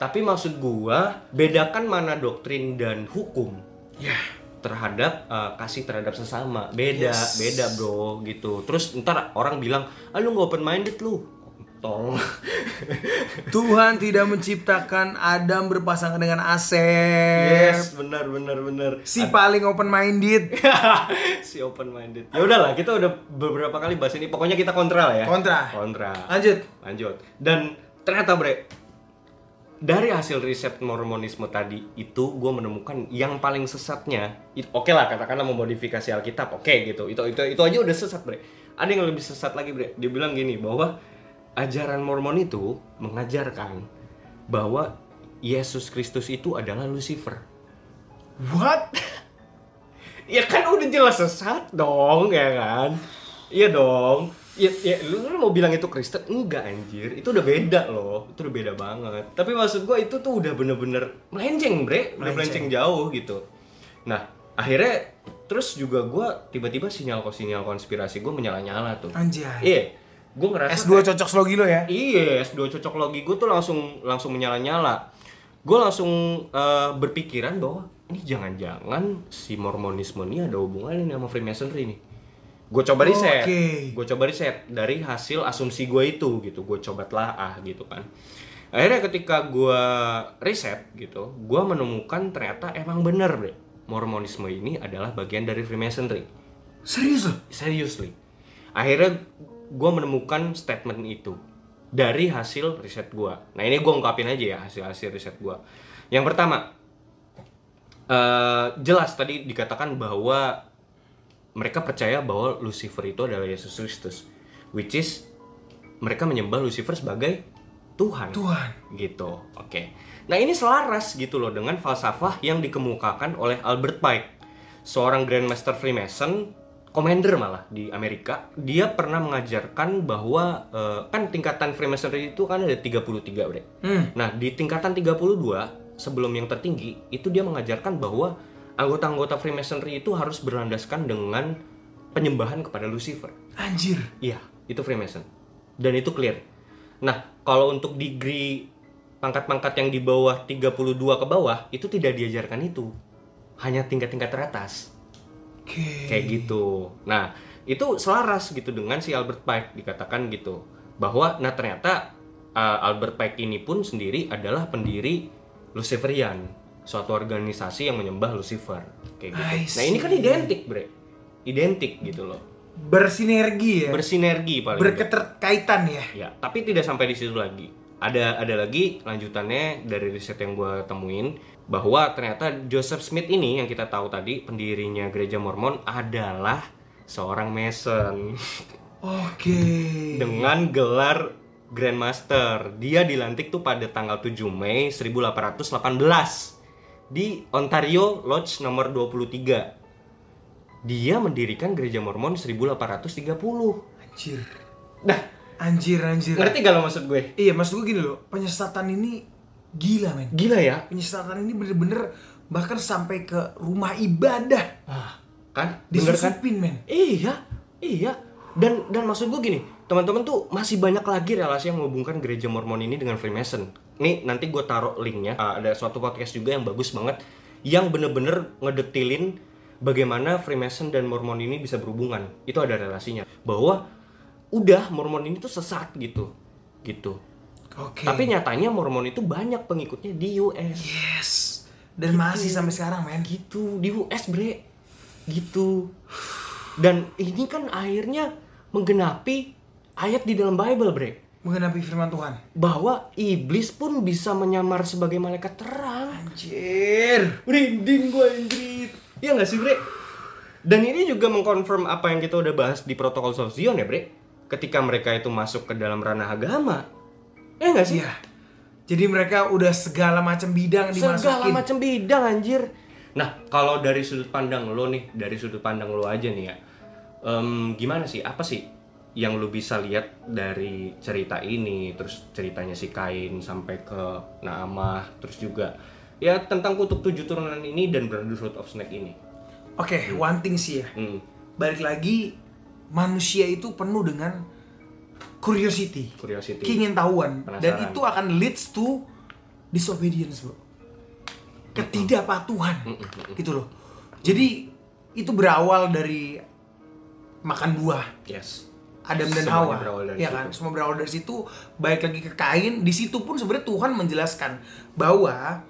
Tapi maksud gua bedakan mana doktrin dan hukum
Ya.
terhadap eh, kasih terhadap sesama. Beda,
Yes.
beda bro gitu. Terus ntar orang bilang, ah lu gak open minded lu. Tolong.
Tuhan tidak menciptakan Adam berpasangan dengan Asep.
yes, benar benar benar.
Si paling open minded.
si open minded. Ya udahlah, kita udah beberapa kali bahas ini. Pokoknya kita kontra lah ya.
Kontra.
Kontra.
Lanjut.
Lanjut. Dan ternyata Bre, dari hasil riset Mormonisme tadi itu gue menemukan yang paling sesatnya, it- oke lah katakanlah memodifikasi Alkitab, oke gitu. Itu itu itu aja udah sesat Bre. Ada yang lebih sesat lagi Bre. Dia bilang gini bahwa ajaran Mormon itu mengajarkan bahwa Yesus Kristus itu adalah Lucifer.
What?
Ya kan udah jelas sesat dong, ya kan? Iya dong. Ya, ya, lu, lu mau bilang itu Kristen? Enggak anjir, itu udah beda loh, itu udah beda banget. Tapi maksud gua itu tuh udah bener-bener melenceng bre, udah
Melenceng.
melenceng jauh gitu. Nah, akhirnya terus juga gua tiba-tiba sinyal kok sinyal konspirasi gua menyala-nyala tuh.
Anjay.
Iya, gua ngerasa
S2 cocok slow gilo ya.
Iya, S2 cocok logi gue tuh langsung langsung menyala-nyala. Gue langsung eh, berpikiran bahwa ini jangan-jangan si Mormonisme ini ada hubungannya nih sama Freemasonry nih. Gue
Oh,
coba riset,
oke.
gue coba riset dari hasil asumsi gue itu gitu, gue coba telaah gitu kan. Akhirnya ketika gue riset gitu, gue menemukan ternyata emang bener deh Mormonisme ini adalah bagian dari Freemasonry
Serius loh.
seriously akhirnya gue menemukan statement itu dari hasil riset gue nah ini gue ungkapin aja ya hasil hasil riset gue yang pertama eh, jelas tadi dikatakan bahwa mereka percaya bahwa Lucifer itu adalah Yesus Kristus which is mereka menyembah Lucifer sebagai Tuhan
Tuhan.
gitu oke nah ini selaras gitu loh dengan falsafah yang dikemukakan oleh Albert Pike seorang Grandmaster Freemason Commander malah di Amerika dia pernah mengajarkan bahwa eh, kan tingkatan Freemasonry itu kan ada 33 bre
Hmm.
nah di tingkatan 32 sebelum yang tertinggi itu dia mengajarkan bahwa anggota-anggota Freemasonry itu harus berlandaskan dengan penyembahan kepada Lucifer
Anjir.
Iya, itu Freemason. Dan itu clear. Nah, kalau untuk degree pangkat-pangkat yang di bawah 32 ke bawah itu tidak diajarkan itu. Hanya tingkat-tingkat teratas.
Oke.
Kayak gitu. Nah, itu selaras gitu dengan si Albert Pike dikatakan gitu. Bahwa nah ternyata uh, Albert Pike ini pun sendiri adalah pendiri Luciferian, suatu organisasi yang menyembah Lucifer. Kayak gitu.
I
Nah, ini kan
see.
identik, Bre. Identik gitu loh.
Bersinergi ya.
Bersinergi paling nggak.
Berketerkaitan ya.
Ya, tapi tidak sampai di situ lagi. Ada ada lagi lanjutannya dari riset yang gue temuin bahwa ternyata Joseph Smith ini yang kita tahu tadi pendirinya gereja Mormon adalah seorang Mason Iya.
Oke.
dengan gelar Grandmaster. Dia dilantik tuh pada tanggal 7 Mei 1818 di Ontario Lodge nomor 23. Dia mendirikan gereja Mormon 1830.
Anjir.
Nah,
Anjir, anjir.
ngerti gak lo maksud gue?
Iya, maksud gue gini loh. Penyesatan ini gila, men.
Gila ya,
Penyesatan ini bener-bener bahkan sampai ke rumah ibadah
Ah, kan? Bener kan?
disusupin, men.
Iya, iya. Dan dan maksud gue gini, teman-teman tuh masih banyak lagi relasi yang menghubungkan gereja Mormon ini dengan Freemason. Nih nanti gue taruh linknya. Ah, ada suatu podcast juga yang bagus banget, yang bener-bener ngedetilin bagaimana Freemason dan Mormon ini bisa berhubungan. Itu ada relasinya. Bahwa udah Mormon ini tuh sesat gitu, gitu.
Oke.
Tapi nyatanya Mormon itu banyak pengikutnya di US.
yes. Dan masih sampai sekarang, men.
gitu di US bre gitu dan ini kan akhirnya menggenapi ayat di dalam Bible bre
Mengenapi firman Tuhan.
bahwa iblis pun bisa menyamar sebagai malaikat terang
Anjir.
rinding gue anjrit ya nggak sih bre dan ini juga mengkonfirm apa yang kita udah bahas di protokol of Zion ya bre ketika mereka itu masuk ke dalam ranah agama ya nggak sih
Iya. Jadi mereka udah segala macam bidang
segala
dimasukin.
macam bidang anjir nah kalau dari sudut pandang lo nih dari sudut pandang lo aja nih ya em, gimana sih apa sih yang lo bisa lihat dari cerita ini terus ceritanya si Kain sampai ke Naamah terus juga ya tentang kutub tujuh turunan ini dan Brotherhood of Snake ini
Oke, one thing sih ya.
hmm.
Balik lagi manusia itu penuh dengan curiosity,
curiosity
keingin tahuan dan
Penasaran.
itu akan leads to disobedience, Bro. Ketidakpatuhan. Gitu loh. Jadi itu berawal dari makan buah.
yes
Adam dan
Semuanya
Hawa,
berawal dari
ya
situ.
kan? Semua berawal dari situ. Baik lagi ke Kain, di situ pun sebenarnya Tuhan menjelaskan bahwa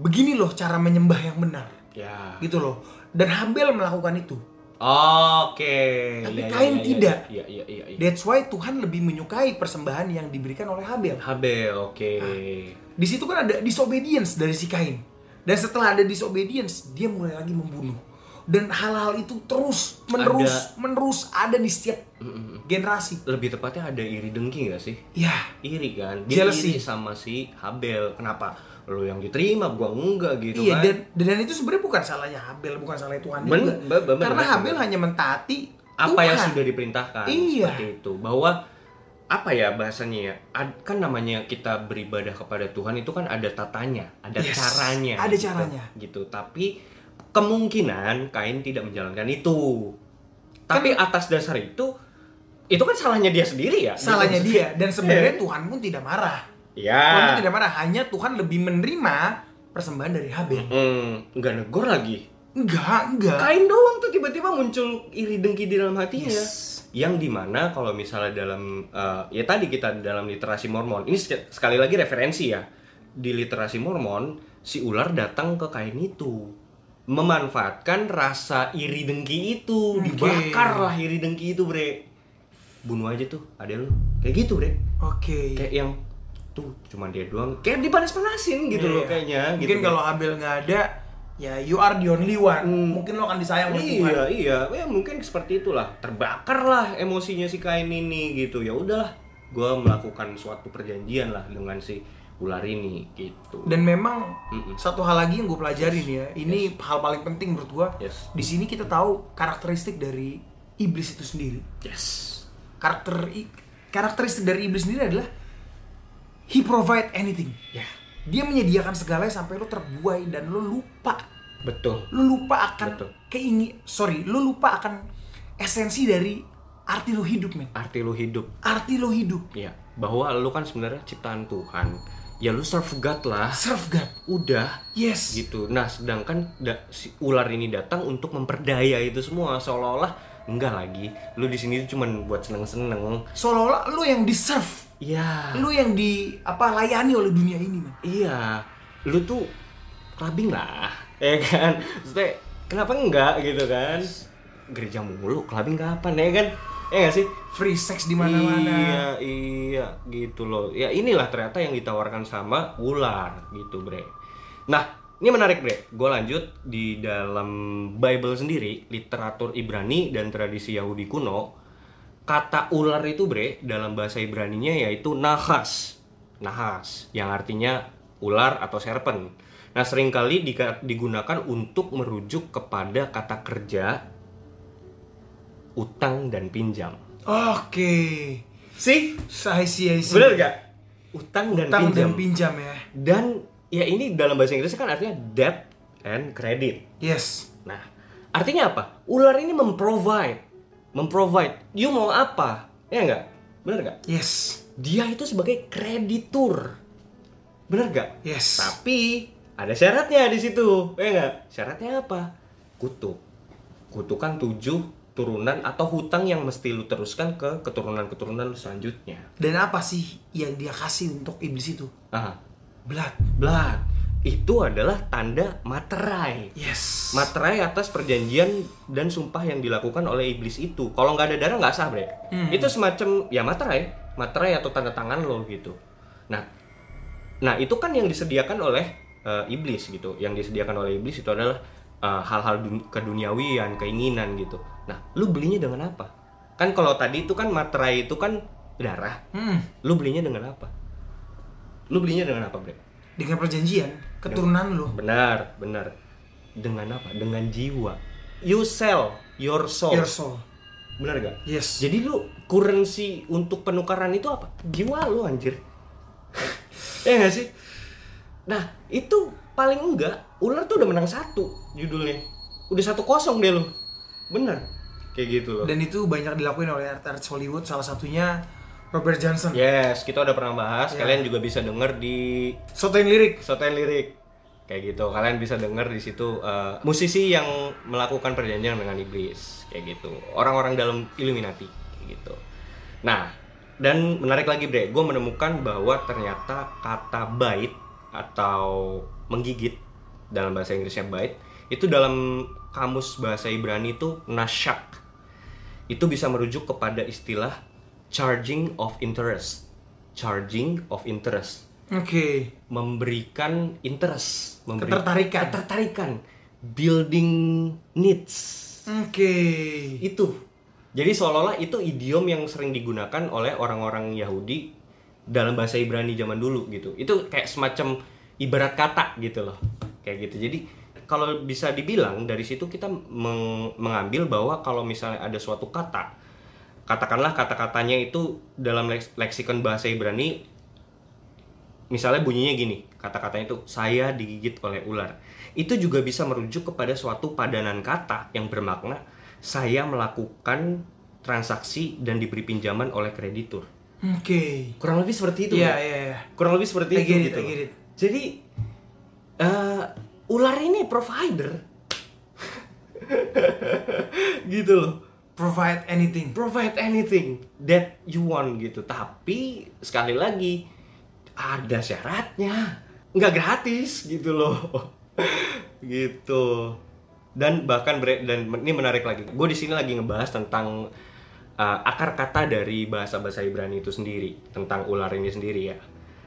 begini loh cara menyembah yang benar,
ya
gitu loh. Dan Habel melakukan itu.
oke
Tapi
Ya, ya,
Kain
ya, ya,
tidak.
ya ya ya, ya.
That's why Tuhan lebih menyukai persembahan yang diberikan oleh Habel.
Habel oke
Di situ kan ada disobedience dari si Kain. Dan setelah ada disobedience, dia mulai lagi membunuh. Dan hal-hal itu terus menerus menerus ada di setiap generasi.
lebih tepatnya ada iri dengki gak sih
Ya,
iri kan dia
Jealousy.
iri sama si Habel kenapa lu yang diterima gua enggak gitu
iya
kan
dan, dan itu sebenarnya bukan salahnya Habel bukan salahnya Tuhan
Ben-
juga
be- bener,
karena
bener.
Habel hanya mentaati
apa yang
Tuhan.
sudah diperintahkan
Iya.
seperti itu bahwa apa ya bahasanya ya ad- kan namanya kita beribadah kepada Tuhan itu kan ada tatanya ada
Yes,
caranya
ada
gitu.
caranya.
gitu tapi kemungkinan Kain tidak menjalankan itu tapi
Kan-
atas dasar itu itu kan salahnya dia sendiri ya gitu.
salahnya dia dan sebenarnya
Iya.
Tuhan pun tidak marah
ya
Tuhan pun tidak marah hanya Tuhan lebih menerima persembahan dari Habel
Hmm, nggak negor lagi
enggak enggak
Kain doang tuh tiba-tiba muncul iri dengki di dalam hatinya.
Yes.
Yang dimana kalau misalnya dalam eh, ya tadi kita dalam literasi Mormon ini se- sekali lagi referensi ya di literasi Mormon si ular datang ke kain itu memanfaatkan rasa iri dengki itu
Oke.
dibakar lah iri dengki itu bre bunuh aja tuh ada lu kayak gitu bre
oke
kayak yang tuh cuman dia doang kayak dipanas-panasin gitu
Iya,
loh
iya.
kayaknya gitu
mungkin
bre.
kalau Habel nggak ada ya you are the only one
Hmm.
mungkin lo akan disayang oleh Tuhan
Iya iya, ya mungkin seperti itulah. Terbakarlah emosinya si kain ini gitu. Ya udahlah, gue melakukan suatu perjanjian lah dengan si ular ini gitu.
dan memang
Mm-mm.
satu hal lagi yang gue pelajari nih ya ini hal paling penting menurut gue
Yes.
di sini kita tahu karakteristik dari iblis itu sendiri
Yes.
karakter i- karakteristik dari iblis sendiri adalah he provide anything
Ya
dia menyediakan segalanya sampai lo terbuai dan lo lupa
betul.
lu lupa akan
Betul.
keingin sorry lu lupa akan esensi dari arti lu hidup men
Arti lu hidup.
arti lu hidup
Ya bahwa lu kan sebenarnya ciptaan Tuhan. Ya lu serve God lah.
serve God
Udah
yes
gitu. Nah sedangkan da- si ular ini datang untuk memperdaya itu semua seolah-olah enggak lagi. Lu di sini tuh cuman buat seneng-seneng.
seolah-olah lu yang di serve
Ya.
lu yang di apa layani oleh dunia ini men
Iya, lu tuh clubbing lah, ya kan? Maksudnya, kenapa enggak gitu kan? Gereja mulu, clubbing kapan ya kan? Ya nggak sih?
free sex di mana-mana
Iya, iya, gitu loh. Ya inilah ternyata yang ditawarkan sama ular gitu, Bre. Nah, ini menarik, Bre. Gue lanjut di dalam Bible sendiri, literatur Ibrani dan tradisi Yahudi kuno, kata ular itu, Bre, dalam bahasa Ibraninya yaitu nahas. Nahas, yang artinya ular atau serpent. Nah, seringkali dika- digunakan untuk merujuk kepada kata kerja utang dan pinjam.
oke
Sih,
saya see, I see.
Bener gak? Utang dan
utang
pinjam.
dan pinjam ya
Dan ya ini dalam bahasa Inggris kan artinya debt and credit.
yes
Nah, artinya apa? Ular ini memprovide. Memprovide. You mau apa? Ya nggak? Bener nggak?
yes
Dia itu sebagai kreditur. Bener nggak?
yes
Tapi ada syaratnya di situ. Ya nggak? Syaratnya apa? Kutuk. Kutukan tujuh turunan atau hutang yang mesti lu teruskan ke keturunan-keturunan selanjutnya.
dan apa sih yang dia kasih untuk iblis itu
Ah,
blood
blood itu adalah tanda materai
yes
materai atas perjanjian dan sumpah yang dilakukan oleh iblis itu kalau nggak ada darah nggak sah bre
Hmm.
itu semacam ya materai materai atau tanda tangan lo gitu nah nah itu kan yang disediakan oleh eh, iblis gitu yang disediakan oleh iblis itu adalah eh, hal-hal dun- keduniawian keinginan gitu nah lu belinya dengan apa kan kalau tadi itu kan materai itu kan darah
Hmm.
lu belinya dengan apa lu belinya dengan apa bre
dengan perjanjian keturunan lo
Benar, benar. Dengan apa? Dengan jiwa. You sell your soul.
your soul
Benar gak?
yes
Jadi lu currency untuk penukaran itu apa? Jiwa lu anjir. ya gak sih? Nah, itu paling enggak ular tuh udah menang satu judulnya. Udah satu kosong deh lu. Bener. Kayak gitu loh.
dan itu banyak dilakuin oleh artis Hollywood salah satunya Robert Johnson
Yes, kita udah pernah bahas.
Ya.
Kalian juga bisa denger di
sotoin lirik
Soten lirik kayak gitu kalian bisa denger di situ eh, musisi yang melakukan perjanjian dengan iblis kayak gitu orang-orang dalam Illuminati kayak gitu nah dan menarik lagi bre gue menemukan bahwa ternyata kata bait atau menggigit dalam bahasa Inggrisnya bait itu dalam kamus bahasa Ibrani itu nashak itu bisa merujuk kepada istilah charging of interest charging of interest
oke
memberikan interest, memberi-
Ketertarikan.
ketertarikan, building needs
oke
itu. Jadi seolah-olah itu idiom yang sering digunakan oleh orang-orang Yahudi dalam bahasa Ibrani zaman dulu gitu. Itu kayak semacam ibarat kata gitu loh kayak gitu jadi kalau bisa dibilang dari situ kita meng- mengambil bahwa kalau misalnya ada suatu kata katakanlah kata-katanya itu dalam leks- leksikon bahasa Ibrani misalnya bunyinya gini kata-katanya itu saya digigit oleh ular itu juga bisa merujuk kepada suatu padanan kata yang bermakna saya melakukan transaksi dan diberi pinjaman oleh kreditur
Oke.
kurang lebih seperti itu
Iya,
Mbak.
iya, iya.
kurang lebih seperti
I
itu
get it,
gitu
I get it.
jadi eh, ular ini provider gitu loh
Provide anything.
provide anything that you want gitu tapi sekali lagi ada syaratnya nggak gratis gitu loh gitu dan bahkan bre- dan ini menarik lagi gue di sini lagi ngebahas tentang uh, akar kata dari bahasa bahasa Ibrani itu sendiri tentang ular ini sendiri ya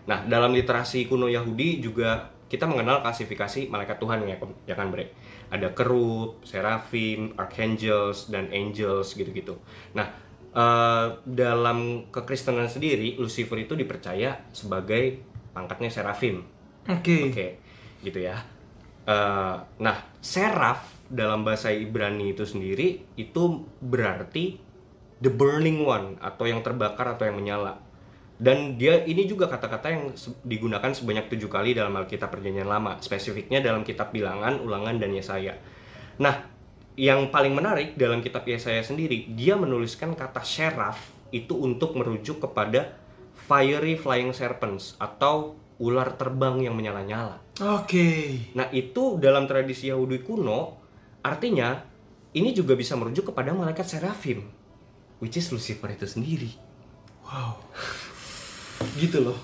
nah dalam literasi kuno Yahudi juga kita mengenal klasifikasi malaikat Tuhan ya, ya kan bre ada kerub, serafim, archangels dan angels gitu-gitu nah uh, dalam kekristenan sendiri Lucifer itu dipercaya sebagai pangkatnya serafim
Oke.
Oke, gitu ya. Eh, nah, seraf dalam bahasa Ibrani itu sendiri itu berarti the burning one atau yang terbakar atau yang menyala. Dan dia ini juga kata-kata yang se- digunakan sebanyak tujuh kali dalam Alkitab Perjanjian Lama, spesifiknya dalam Kitab Bilangan, Ulangan, dan Yesaya. Nah, yang paling menarik dalam Kitab Yesaya sendiri, dia menuliskan kata seraf itu untuk merujuk kepada fiery flying serpents atau ular terbang yang menyala-nyala.
Oke.
Nah, itu dalam tradisi Yahudi kuno artinya ini juga bisa merujuk kepada malaikat serafim which is Lucifer itu sendiri.
Wow.
Gitu loh.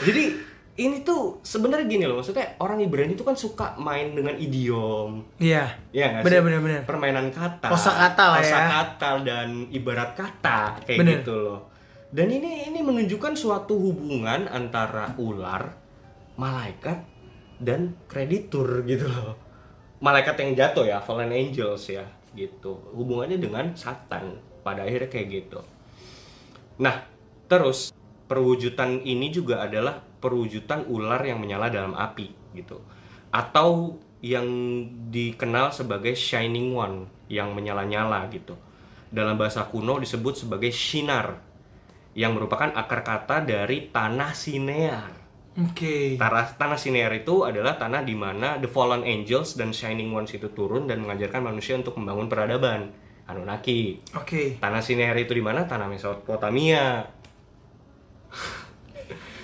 Jadi ini tuh sebenarnya gini loh, maksudnya orang Ibrani itu kan suka main dengan idiom,
Iya.
ya nggak sih?
Bener, bener, bener.
Permainan kata.
Kosakata lah ya.
Kosakata dan ibarat kata kayak
Bener.
gitu loh. Dan ini ini menunjukkan suatu hubungan antara ular, malaikat dan kreditur gitu loh. Malaikat yang jatuh ya, fallen angels ya gitu. Hubungannya dengan satan pada akhirnya kayak gitu. Nah, terus perwujudan ini juga adalah perwujudan ular yang menyala dalam api gitu. Atau yang dikenal sebagai shining one yang menyala-nyala gitu. Dalam bahasa kuno disebut sebagai shinar yang merupakan akar kata dari tanah sinear.
Oke.
Tanah, tanah sinear itu adalah tanah di mana the fallen angels dan shining ones itu turun dan mengajarkan manusia untuk membangun peradaban. Anunnaki.
Oke.
Tanah Siner itu di mana? Tanah Mesopotamia.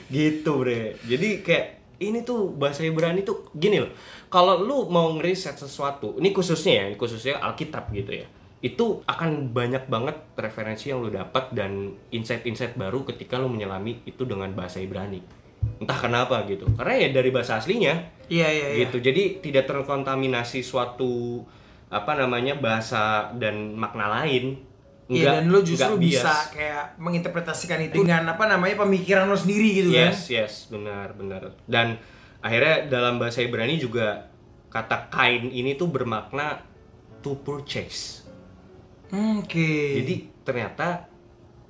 gitu, Bre. Jadi kayak ini tuh bahasa Ibrani tuh gini loh. Kalau lu mau ngeriset sesuatu, ini khususnya ya, ini khususnya Alkitab gitu ya. Itu akan banyak banget referensi yang lu dapat dan insight-insight baru ketika lu menyelami itu dengan bahasa Ibrani. Entah kenapa gitu. Karena ya dari bahasa aslinya
Iya, iya, iya.
gitu jadi tidak terkontaminasi suatu apa namanya bahasa dan makna lain
Iya dan lo justru
nggak bias.
bisa kayak menginterpretasikan itu dengan apa namanya pemikiran lo sendiri gitu kan.
yes yes benar benar dan akhirnya dalam bahasa Ibrani juga kata kain ini tuh bermakna to purchase
Oke.
jadi ternyata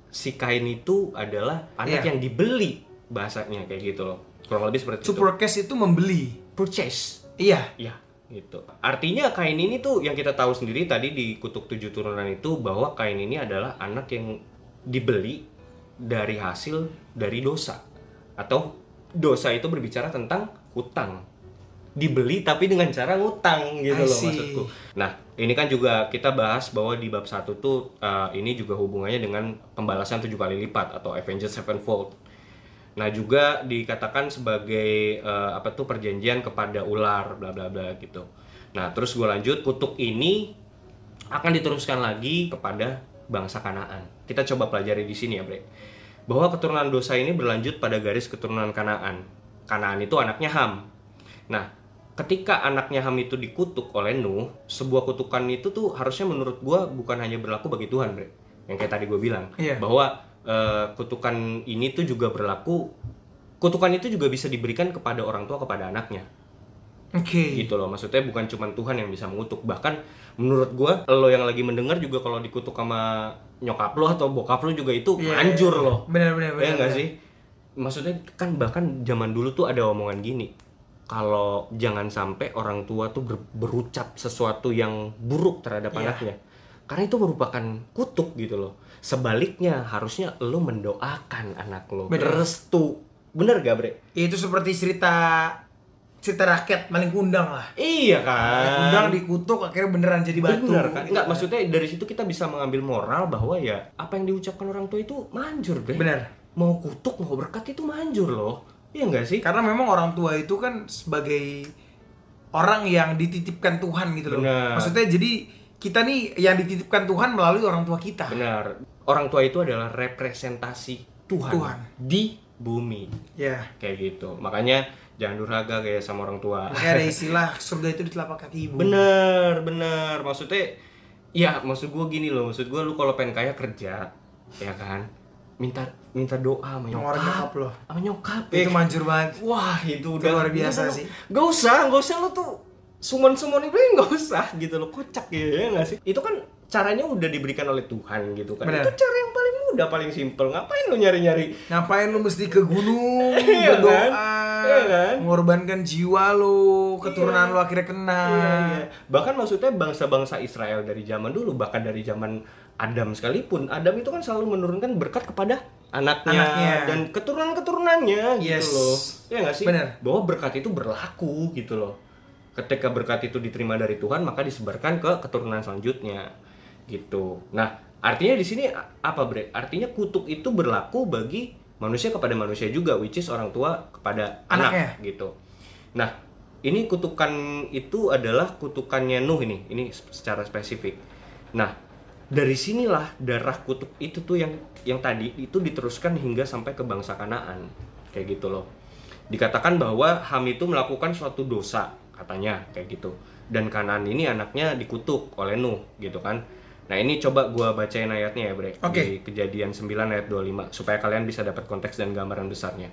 si kain itu adalah anak
Iya.
yang dibeli bahasanya kayak gitu loh kurang lebih seperti itu
Supercase itu membeli.
purchase
Iya.
Ya, gitu. Artinya kain ini tuh yang kita tahu sendiri tadi di kutuk tujuh turunan itu bahwa kain ini adalah anak yang dibeli dari hasil dari dosa atau dosa itu berbicara tentang hutang dibeli tapi dengan cara ngutang gitu
I
loh
see.
maksudku. Nah, ini kan juga kita bahas bahwa di bab 1 tuh eh, ini juga hubungannya dengan pembalasan tujuh kali lipat atau Avengers Sevenfold. Nah, juga dikatakan sebagai eh, apa tuh perjanjian kepada ular bla bla bla gitu. Nah, terus gue lanjut kutuk ini akan diteruskan lagi kepada bangsa Kanaan. Kita coba pelajari di sini ya, Bre. Bahwa keturunan dosa ini berlanjut pada garis keturunan Kanaan. Kanaan itu anaknya Ham. Nah, ketika anaknya Ham itu dikutuk oleh Nuh, sebuah kutukan itu tuh harusnya menurut gua bukan hanya berlaku bagi Tuhan, Bre. Yang kayak tadi gue bilang,
Iya.
bahwa eh, kutukan ini tuh juga berlaku kutukan itu juga bisa diberikan kepada orang tua kepada anaknya
Oke.
gitu loh maksudnya bukan cuma Tuhan yang bisa mengutuk bahkan menurut gua lo yang lagi mendengar juga kalau dikutuk sama nyokap lo atau bokap lo juga itu
Iya,
anjur
iya, iya.
loh
Benar benar benar.
ya nggak
benar.
sih maksudnya kan bahkan zaman dulu tuh ada omongan gini kalau jangan sampai orang tua tuh ber- berucap sesuatu yang buruk terhadap
Iya.
anaknya. Karena itu merupakan kutuk gitu loh. Sebaliknya harusnya lo mendoakan anak lo.
Bener.
Restu. Bener gak Bre?
Ya, itu seperti cerita cerita rakyat maling kundang lah. Maling
Iya kan.
kundang dikutuk akhirnya beneran jadi batu. Iya.
Bener kan? Enggak, maksudnya dari situ kita bisa mengambil moral bahwa ya apa yang diucapkan orang tua itu manjur, Bre.
Bener.
Mau kutuk, mau berkat itu manjur loh. Iya enggak sih?
Karena memang orang tua itu kan sebagai orang yang dititipkan Tuhan gitu loh.
Bener.
Maksudnya jadi kita nih yang dititipkan Tuhan melalui orang tua kita.
Benar. Orang tua itu adalah representasi Tuhan,
Tuhan.
di bumi.
Ya.
Kayak gitu. Makanya jangan durhaka kayak sama orang tua.
Makanya ada istilah surga itu di telapak kaki ibu.
Bener, bener. Maksudnya, ya maksud gue gini loh. Maksud gue lu kalau pengen kaya kerja, ya kan? Minta minta doa sama
Sama orang
nyokap.
nyokap lo.
Sama nyokap. ya
Itu manjur banget.
Wah itu
Itu
udah
luar biasa
udah,
sih.
Gak usah, gak usah lo tuh sumon-sumon itu gak usah gitu lo kocak gitu ya gak sih? Itu kan caranya udah diberikan oleh Tuhan gitu kan.
Benar.
Itu cara yang paling mudah, paling simpel. Ngapain lo nyari-nyari?
Ngapain lu mesti ke gunung
Iya kan?
berdoa,
Iya kan?
mengorbankan jiwa lu, keturunan lu akhirnya kena.
Iya, iya. Bahkan maksudnya bangsa-bangsa Israel dari zaman dulu, bahkan dari zaman Adam sekalipun, Adam itu kan selalu menurunkan berkat kepada anaknya,
Anaknya.
dan keturunan-keturunannya
Yes.
gitu loh. Iya nggak sih?
Bener.
Bahwa berkat itu berlaku gitu loh. Ketika berkat itu diterima dari Tuhan, maka disebarkan ke keturunan selanjutnya gitu. Nah, artinya di sini a- apa, Bre? Artinya kutuk itu berlaku bagi manusia kepada manusia juga, which is orang tua kepada
Anaknya.
anak gitu. Nah, ini kutukan itu adalah kutukannya Nuh ini, ini secara spesifik. Nah, dari sinilah darah kutuk itu tuh yang yang tadi itu diteruskan hingga sampai ke bangsa Kanaan. Kayak gitu loh. Dikatakan bahwa Ham itu melakukan suatu dosa katanya kayak gitu. Dan Kanaan ini anaknya dikutuk oleh Nuh gitu kan. Nah, ini coba gua bacain ayatnya ya, Bre.
Oke.
Di Kejadian 9 ayat 25 supaya kalian bisa dapat konteks dan gambaran besarnya.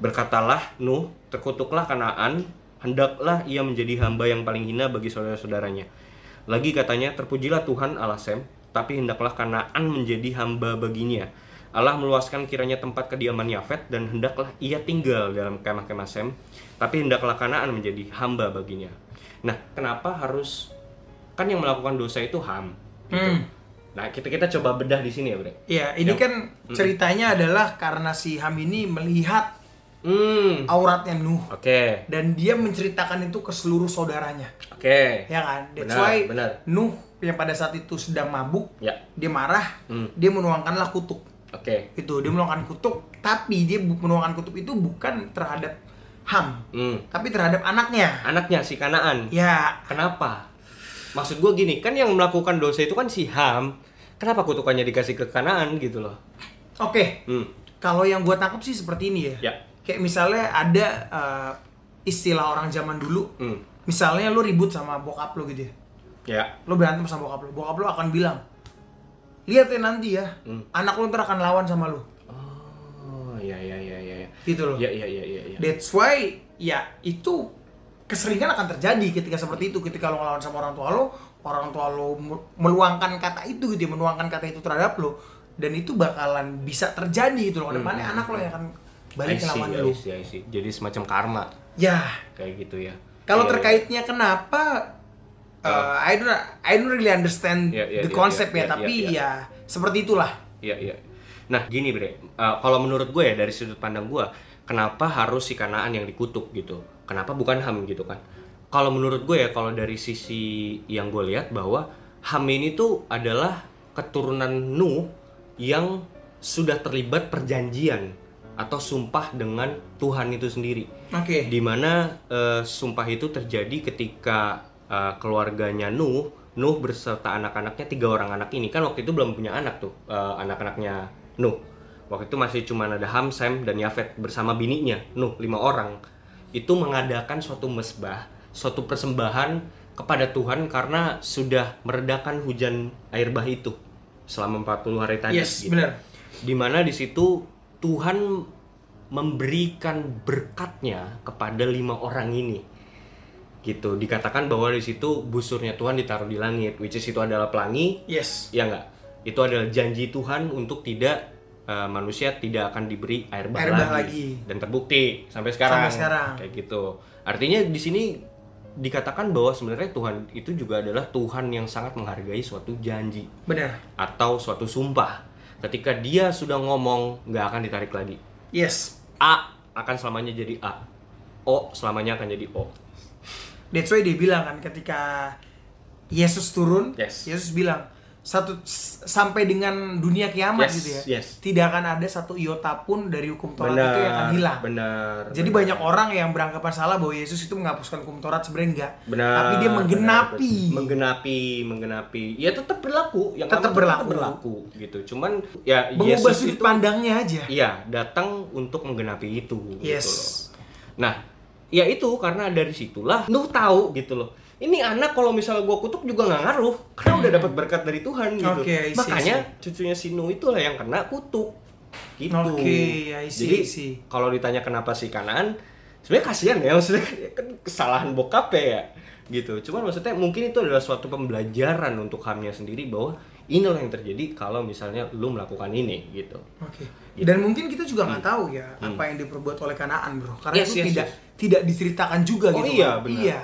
Berkatalah Nuh, terkutuklah Kanaan, hendaklah ia menjadi hamba yang paling hina bagi saudara-saudaranya. Lagi katanya, terpujilah Tuhan Allah Sem, tapi hendaklah Kanaan menjadi hamba baginya. Allah meluaskan kiranya tempat kediaman Yafet dan hendaklah ia tinggal dalam kemah-kemah Sem, tapi hendaklah Kanaan menjadi hamba baginya. Nah, kenapa harus kan yang melakukan dosa itu Ham? gitu.
Hmm.
Nah, kita kita coba bedah di sini ya, Bre.
Iya, ini
Yang-
kan ceritanya adalah karena si Ham ini melihat
Hmm.
auratnya Nuh
Oke.
dan dia menceritakan itu ke seluruh saudaranya.
Oke.
Ya kan? That's
Benar,
why
benar.
Nuh yang pada saat itu sedang mabuk,
Ya.
dia marah,
Hmm.
dia menuangkanlah kutuk.
Oke.
Itu dia menuangkan kutuk, tapi dia bu- menuangkan kutuk itu bukan terhadap Ham,
Hmm.
tapi terhadap anaknya.
Anaknya si Kanaan.
Ya,
Kenapa? Maksud gue gini, kan yang melakukan dosa itu kan si Ham. Kenapa kutukannya dikasih ke Kanaan gitu loh?
oke.
Hmm.
Kalau yang gue tangkap sih seperti ini ya.
Ya.
Kayak misalnya ada eh, istilah orang zaman dulu,
Hmm.
misalnya lu ribut sama bokap lu gitu ya.
Ya.
Lu berantem sama bokap lu, bokap lu akan bilang, lihat ya nanti ya,
Hmm.
anak lu ntar akan lawan sama lu.
Oh, ya ya ya ya ya.
Gitu loh.
Ya ya ya ya ya.
That's why ya itu keseringan akan terjadi ketika seperti itu ketika lo ngelawan sama orang tua lo orang tua lo me- meluangkan kata itu gitu ya, menuangkan kata itu terhadap lo dan itu bakalan bisa terjadi gitu loh kedepannya anak lo yang akan balik
Hmm, I see, ya,
ngelawan
I
lo
see, I see. Jadi semacam karma
ya
kayak gitu ya.
kalau
Iya, Ah.
terkaitnya kenapa uh, I don't I don't really understand
Ya, ya,
the
ya,
concept ya,
ya, ya,
tapi
ya,
ya seperti itulah
Iya iya. Nah gini bre, Uh, kalau menurut gue ya dari sudut pandang gue, kenapa harus si kanaan yang dikutuk gitu? Kenapa bukan ham gitu kan? Kalau menurut gue ya kalau dari sisi yang gue lihat bahwa ham ini tuh adalah keturunan Nuh yang sudah terlibat perjanjian atau sumpah dengan Tuhan itu sendiri
oke
di mana eh, sumpah itu terjadi ketika eh, keluarganya Nuh Nuh berserta anak-anaknya tiga orang anak ini kan waktu itu belum punya anak tuh eh, anak-anaknya Nuh waktu itu masih cuma ada Ham, Sem dan Yafet bersama bininya Nuh lima orang itu mengadakan suatu mesbah suatu persembahan kepada Tuhan karena sudah meredakan hujan air bah itu selama 40 hari tadi gitu.
yes benar
dimana di situ Tuhan memberikan berkatnya kepada lima orang ini gitu dikatakan bahwa di situ busurnya Tuhan ditaruh di langit which is itu adalah pelangi
yes
ya nggak itu adalah janji Tuhan untuk tidak eh, manusia tidak akan diberi air bah,
Air bah lagi.
dan terbukti sampai sekarang.
Sampai sekarang.
Kayak gitu. Artinya di sini dikatakan bahwa sebenarnya Tuhan itu juga adalah Tuhan yang sangat menghargai suatu janji
Benar.
atau suatu sumpah. Ketika dia sudah ngomong, nggak akan ditarik lagi.
Yes.
A akan selamanya jadi A. O selamanya akan jadi O.
That's why dia bilang kan ketika Yesus turun,
Yes.
Yesus bilang satu s- sampai dengan dunia kiamat
Yes,
gitu ya.
yes.
Tidak akan ada satu iota pun dari hukum Taurat itu yang akan hilang.
Benar.
Jadi
benar.
banyak orang yang beranggapan salah bahwa Yesus itu menghapuskan hukum Taurat sebenarnya enggak.
Benar.
Tapi dia
benar,
menggenapi.
benar. menggenapi, menggenapi. Ya tetap berlaku, yang
Tetap
lama
berlaku.
berlaku gitu. Cuman ya
Mengubah
Yesus
sudut
itu
pandangnya aja.
iya datang untuk menggenapi itu
Yes.
gitu loh. Nah, ya itu karena dari situlah Nuh tahu gitu loh. Ini anak kalau misalnya gua kutuk juga nggak ngaruh karena udah dapat berkat dari Tuhan gitu.
Hmm. Oke, I see,
Makanya cucunya si Nuh itulah yang kena kutuk. Gitu.
Oke, I see,
Jadi
I see.
kalau ditanya kenapa si Kanaan, sebenarnya kasihan ya maksudnya kan kesalahan bokapnya ya gitu. Cuman maksudnya mungkin itu adalah suatu pembelajaran untuk hamnya sendiri bahwa inilah yang terjadi kalau misalnya lu melakukan ini gitu.
Oke. Dan mungkin kita juga nggak tahu ya apa yang diperbuat oleh Kanaan, Bro. Karena
Iya. Hmm. Yes,
itu
yes,
tidak
yes.
tidak diceritakan juga
Oh
gitu.
iya,
kan.
benar.
Iya.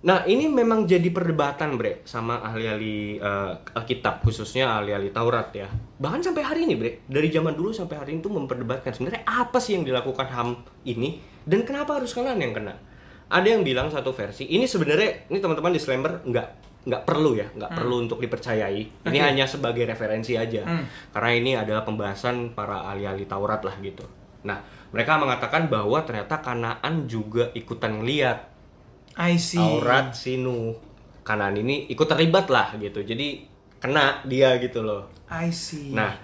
Nah, ini memang jadi perdebatan, Bre, sama ahli-ahli eh, kitab khususnya ahli-ahli Taurat ya. Bahkan sampai hari ini, Bre, dari zaman dulu sampai hari ini tuh memperdebatkan sebenarnya apa sih yang dilakukan Ham ini dan kenapa harus kalian yang kena. Ada yang bilang satu versi, ini sebenarnya ini teman-teman disclaimer nggak nggak perlu ya, nggak perlu untuk dipercayai. Ini
Hmm. Oke.
hanya sebagai referensi aja.
Hmm.
Karena ini adalah pembahasan para ahli-ahli Taurat lah gitu. Nah, mereka mengatakan bahwa ternyata Kanaan juga ikutan lihat
I see.
Aurat Sinu kanan ini ikut terlibat lah gitu jadi kena dia gitu loh
I see.
nah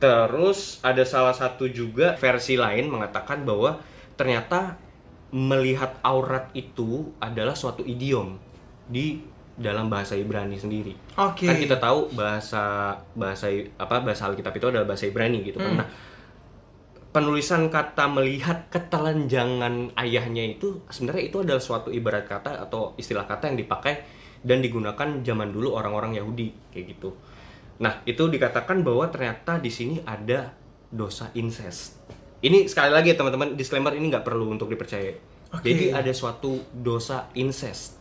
terus ada salah satu juga versi lain mengatakan bahwa ternyata melihat aurat itu adalah suatu idiom di dalam bahasa Ibrani sendiri
Oke.
kan kita tahu bahasa bahasa apa bahasa Alkitab itu adalah bahasa Ibrani gitu
Hmm.
kan. Nah, penulisan kata melihat ketelanjangan ayahnya itu sebenarnya itu adalah suatu ibarat kata atau istilah kata yang dipakai dan digunakan zaman dulu orang-orang Yahudi kayak gitu. Nah, itu dikatakan bahwa ternyata di sini ada dosa incest. Ini sekali lagi ya teman-teman disclaimer ini nggak perlu untuk dipercaya.
Oke.
Jadi ada suatu dosa incest.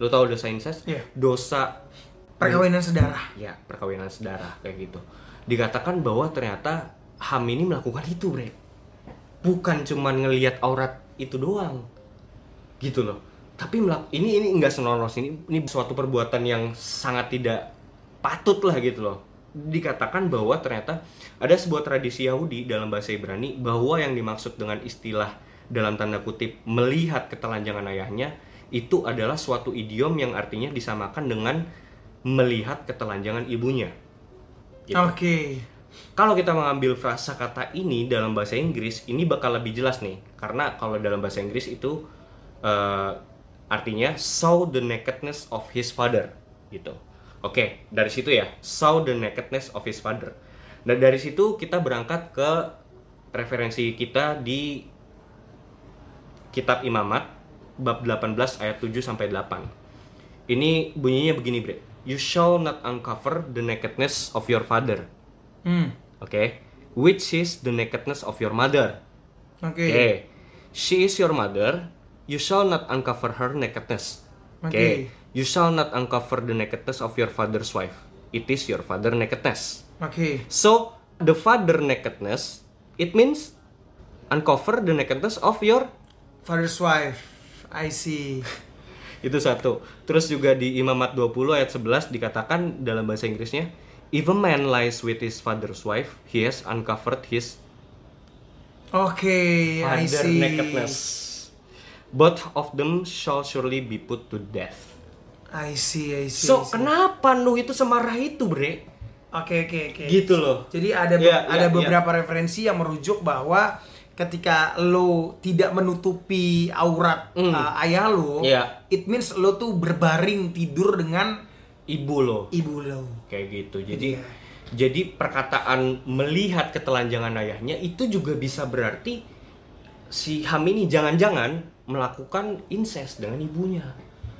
Lo tahu dosa incest?
Iya.
Dosa
Perkawinan saudara.
ya perkawinan sedara kayak gitu dikatakan bahwa ternyata Ham ini melakukan itu bre bukan cuman ngelihat aurat itu doang gitu loh tapi melak- ini ini nggak senonos ini ini suatu perbuatan yang sangat tidak patut lah gitu loh dikatakan bahwa ternyata ada sebuah tradisi Yahudi dalam bahasa Ibrani bahwa yang dimaksud dengan istilah dalam tanda kutip melihat ketelanjangan ayahnya itu adalah suatu idiom yang artinya disamakan dengan melihat ketelanjangan ibunya. Gitu.
Oke.
Kalau kita mengambil frasa kata ini dalam bahasa Inggris, ini bakal lebih jelas nih. Karena kalau dalam bahasa Inggris itu eh, artinya saw the nakedness of his father gitu. Oke, dari situ ya, saw the nakedness of his father. Dan dari situ kita berangkat ke referensi kita di kitab Imamat bab 18 ayat 7 sampai 8. Ini bunyinya begini, Bre. You shall not uncover the nakedness of your father.
Hmm.
Oke. Which is the nakedness of your mother.
Oke.
Oke. She is your mother. You shall not uncover her nakedness. Oke.
Oke.
You shall not uncover the nakedness of your father's wife. It is your father nakedness.
Oke.
So, the father nakedness it means uncover the nakedness of your
Father's wife. I see.
itu satu. Terus juga di Imamat 20 ayat 11 dikatakan dalam bahasa Inggrisnya, if a man lies with his father's wife, he has uncovered his
Oke, I
father
see.
nakedness. Both of them shall surely be put to death.
I see, I see. I
So,
see.
kenapa Nuh itu semarah itu, Bre?
Oke oke oke.
Gitu loh.
Jadi ada be-
Iya,
ada
iya,
beberapa referensi yang merujuk bahwa ketika lo tidak menutupi aurat uh, ayah lo,
Hmm. Iya.
it means lo tuh berbaring tidur dengan
Ibu loh.
ibu lo.
kayak gitu jadi
Iya.
jadi perkataan melihat ketelanjangan ayahnya itu juga bisa berarti si Ham ini jangan-jangan melakukan incest dengan ibunya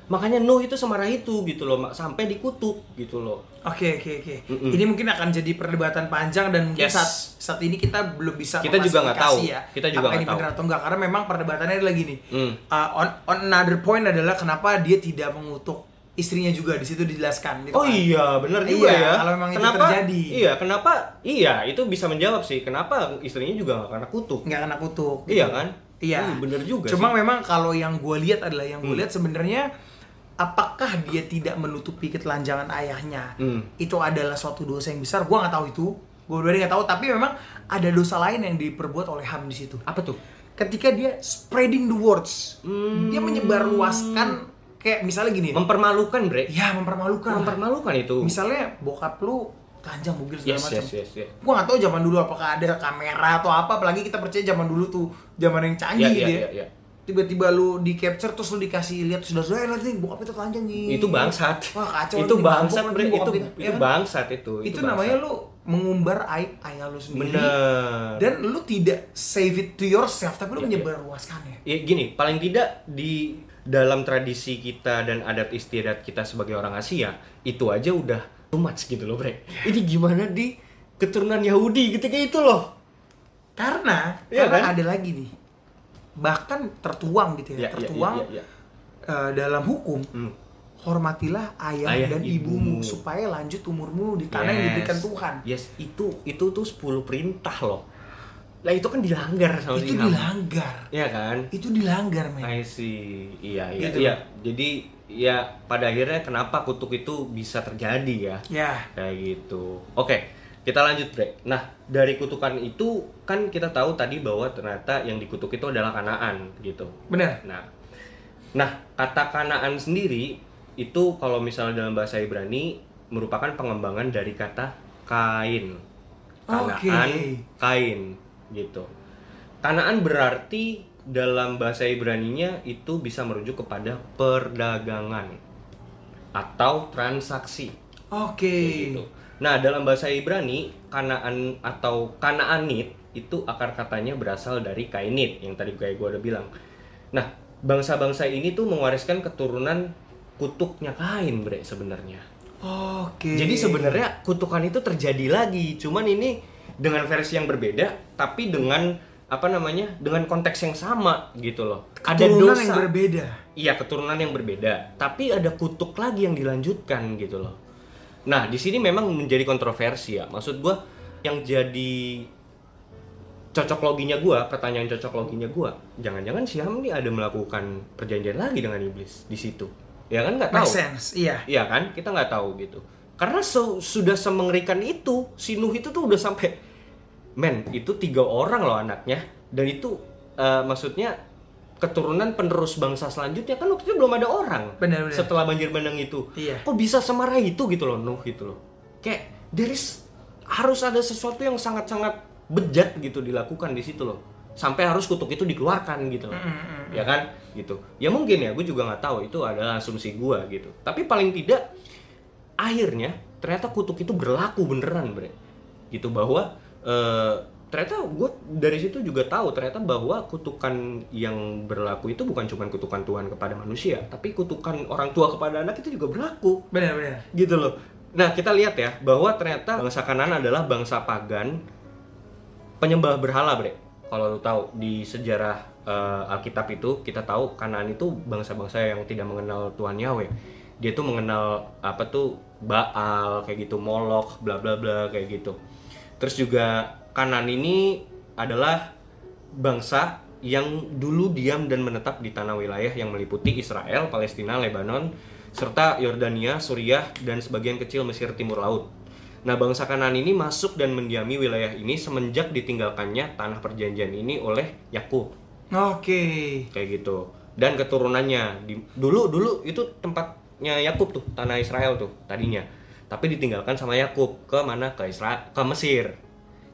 Makanya Nuh itu semarah itu gitu loh, mak- sampai dikutuk gitu loh.
Oke oke oke.
Mm-mm.
Ini mungkin akan jadi perdebatan panjang dan mungkin
Yes.
saat saat ini kita belum bisa
Kita juga nggak tahu.
memastifikasi ya.
Kita
apakah
juga nggak
ini
tahu.
benar atau enggak karena memang perdebatannya ada lagi nih.
Hmm.
Uh, on on another point adalah kenapa dia tidak mengutuk istrinya juga di situ dijelaskan. gitu
Oh
kan.
iya, benar juga
Iya,
ya.
kalau memang itu
kenapa,
terjadi.
Iya, kenapa? Iya, itu bisa menjawab sih. Kenapa istrinya juga nggak kena kutuk?
nggak kena kutuk.
Iya kan?
Iya.
Hmm, bener juga
Cuma
sih. Hmm.
memang kalau yang gue lihat adalah yang gue lihat sebenarnya apakah dia tidak menutupi ketelanjangan ayahnya
Hmm.
itu adalah suatu dosa yang besar. Gue nggak tahu itu. Gue berdua nggak tahu. Tapi memang ada dosa lain yang diperbuat oleh Ham di situ.
Apa tuh?
Ketika dia spreading the words,
Hmm.
dia menyebarluaskan kayak misalnya gini.
Mempermalukan, Bre.
ya mempermalukan.
Mempermalukan itu.
misalnya bokap lu telanjang bugil segala
Yes,
macam
yes, yes, yes.
gue gak tau zaman dulu apakah ada kamera atau apa apalagi kita percaya zaman dulu tuh zaman yang canggih
Iya,
gitu
iya,
ya.
iya, iya.
tiba-tiba lu di capture terus lu dikasih lihat sudah sudah lihat nih bokap itu telanjang nih
Itu bangsat.
wah kacau
itu
nih,
bangsat,
mabok
Bre.
nih bokap
Itu
kita, ya
itu
kan?
bangsat itu.
itu
bangsat.
namanya lu mengumbar aib ayah lu sendiri
bener.
dan lu tidak save it to yourself tapi lu
Iya,
menyebar luaskannya
ya gini paling tidak di dalam tradisi kita dan adat istiadat kita sebagai orang Asia itu aja udah too much gitu loh bre
Ya.
ini gimana di keturunan Yahudi ketika itu loh
karena
Iya
karena
kan?
ada lagi nih bahkan tertuang gitu ya,
Ya, ya,
tertuang
ya, ya, ya.
eh, dalam hukum
Hmm.
hormatilah ayah,
Ayah
dan ibumu
ibumu.
supaya lanjut umurmu di tanah yang
Yes. Iya,
diberikan Tuhan
yes itu itu tuh 10 perintah loh lah itu kan dilanggar sama
itu
si Ham.
dilanggar
Iya kan
itu dilanggar men
I see iya iya
Gitu.
iya jadi ya pada akhirnya kenapa kutuk itu bisa terjadi ya
ya
kayak gitu. Oke, kita lanjut Bre. Nah, dari kutukan itu kan kita tahu tadi bahwa ternyata yang dikutuk itu adalah kanaan gitu.
benar
Nah, nah kata kanaan sendiri itu kalau misalnya dalam bahasa Ibrani merupakan pengembangan dari kata kain. Kanaan,
Oke.
kain gitu. Kanaan berarti dalam bahasa Ibraninya itu bisa merujuk kepada perdagangan atau transaksi
oke
kayak gitu. Nah, dalam bahasa Ibrani, kanaan atau kanaanit itu akar katanya berasal dari kainit yang tadi kayak gue udah bilang. Nah, bangsa-bangsa ini tuh mewariskan keturunan kutuknya kain, bre sebenarnya.
oke
Jadi sebenarnya kutukan itu terjadi lagi, cuman ini dengan versi yang berbeda, tapi dengan apa namanya, dengan konteks yang sama gitu loh. Ada
Keturunan
dosa.
yang berbeda
Iya keturunan yang berbeda, tapi ada kutuk lagi yang dilanjutkan gitu loh. Nah di sini memang menjadi kontroversi ya. Maksud gua yang jadi cocok loginya gua, pertanyaan cocok loginya gua, jangan-jangan si Ham ini ada melakukan perjanjian lagi dengan iblis di situ? Ya kan nggak
make
tahu.
sense iya
Iya kan kita nggak tahu gitu. Karena se- sudah semengerikan itu, si Nuh itu tuh udah sampai, men itu tiga orang loh anaknya dan itu eh, maksudnya keturunan penerus bangsa selanjutnya kan waktu itu belum ada orang
Benar, benar.
setelah banjir bandang itu.
Iya.
Kok bisa semarah itu gitu loh Nuh gitu loh. Kayak dari harus ada sesuatu yang sangat-sangat bejat gitu dilakukan di situ loh. Sampai harus kutuk itu dikeluarkan gitu loh. Ya kan? Gitu. Ya mungkin ya, gue juga nggak tahu itu adalah asumsi gue gitu. Tapi paling tidak akhirnya ternyata kutuk itu berlaku beneran, Bre. Gitu bahwa eh, ternyata gue dari situ juga tahu ternyata bahwa kutukan yang berlaku itu bukan cuma kutukan Tuhan kepada manusia, tapi kutukan orang tua kepada anak itu juga berlaku
benar benar
gitu loh. Nah kita lihat ya bahwa ternyata bangsa Kanan adalah bangsa pagan penyembah berhala bre. Kalau lu tahu di sejarah eh, Alkitab itu kita tahu Kanan itu bangsa-bangsa yang tidak mengenal Tuhan Yahweh. Dia tuh mengenal apa tuh Baal kayak gitu, Molok, bla bla bla kayak gitu. Terus juga Kanan ini adalah bangsa yang dulu diam dan menetap di tanah wilayah yang meliputi Israel, Palestina, Lebanon, serta Yordania, Suriah, dan sebagian kecil Mesir Timur Laut. Nah, bangsa Kanan ini masuk dan mendiami wilayah ini semenjak ditinggalkannya tanah perjanjian ini oleh Yakub
oke
kayak gitu dan keturunannya di, dulu dulu itu tempatnya Yakub tuh tanah Israel tuh tadinya tapi ditinggalkan sama Yakub ke mana ke Israel ke Mesir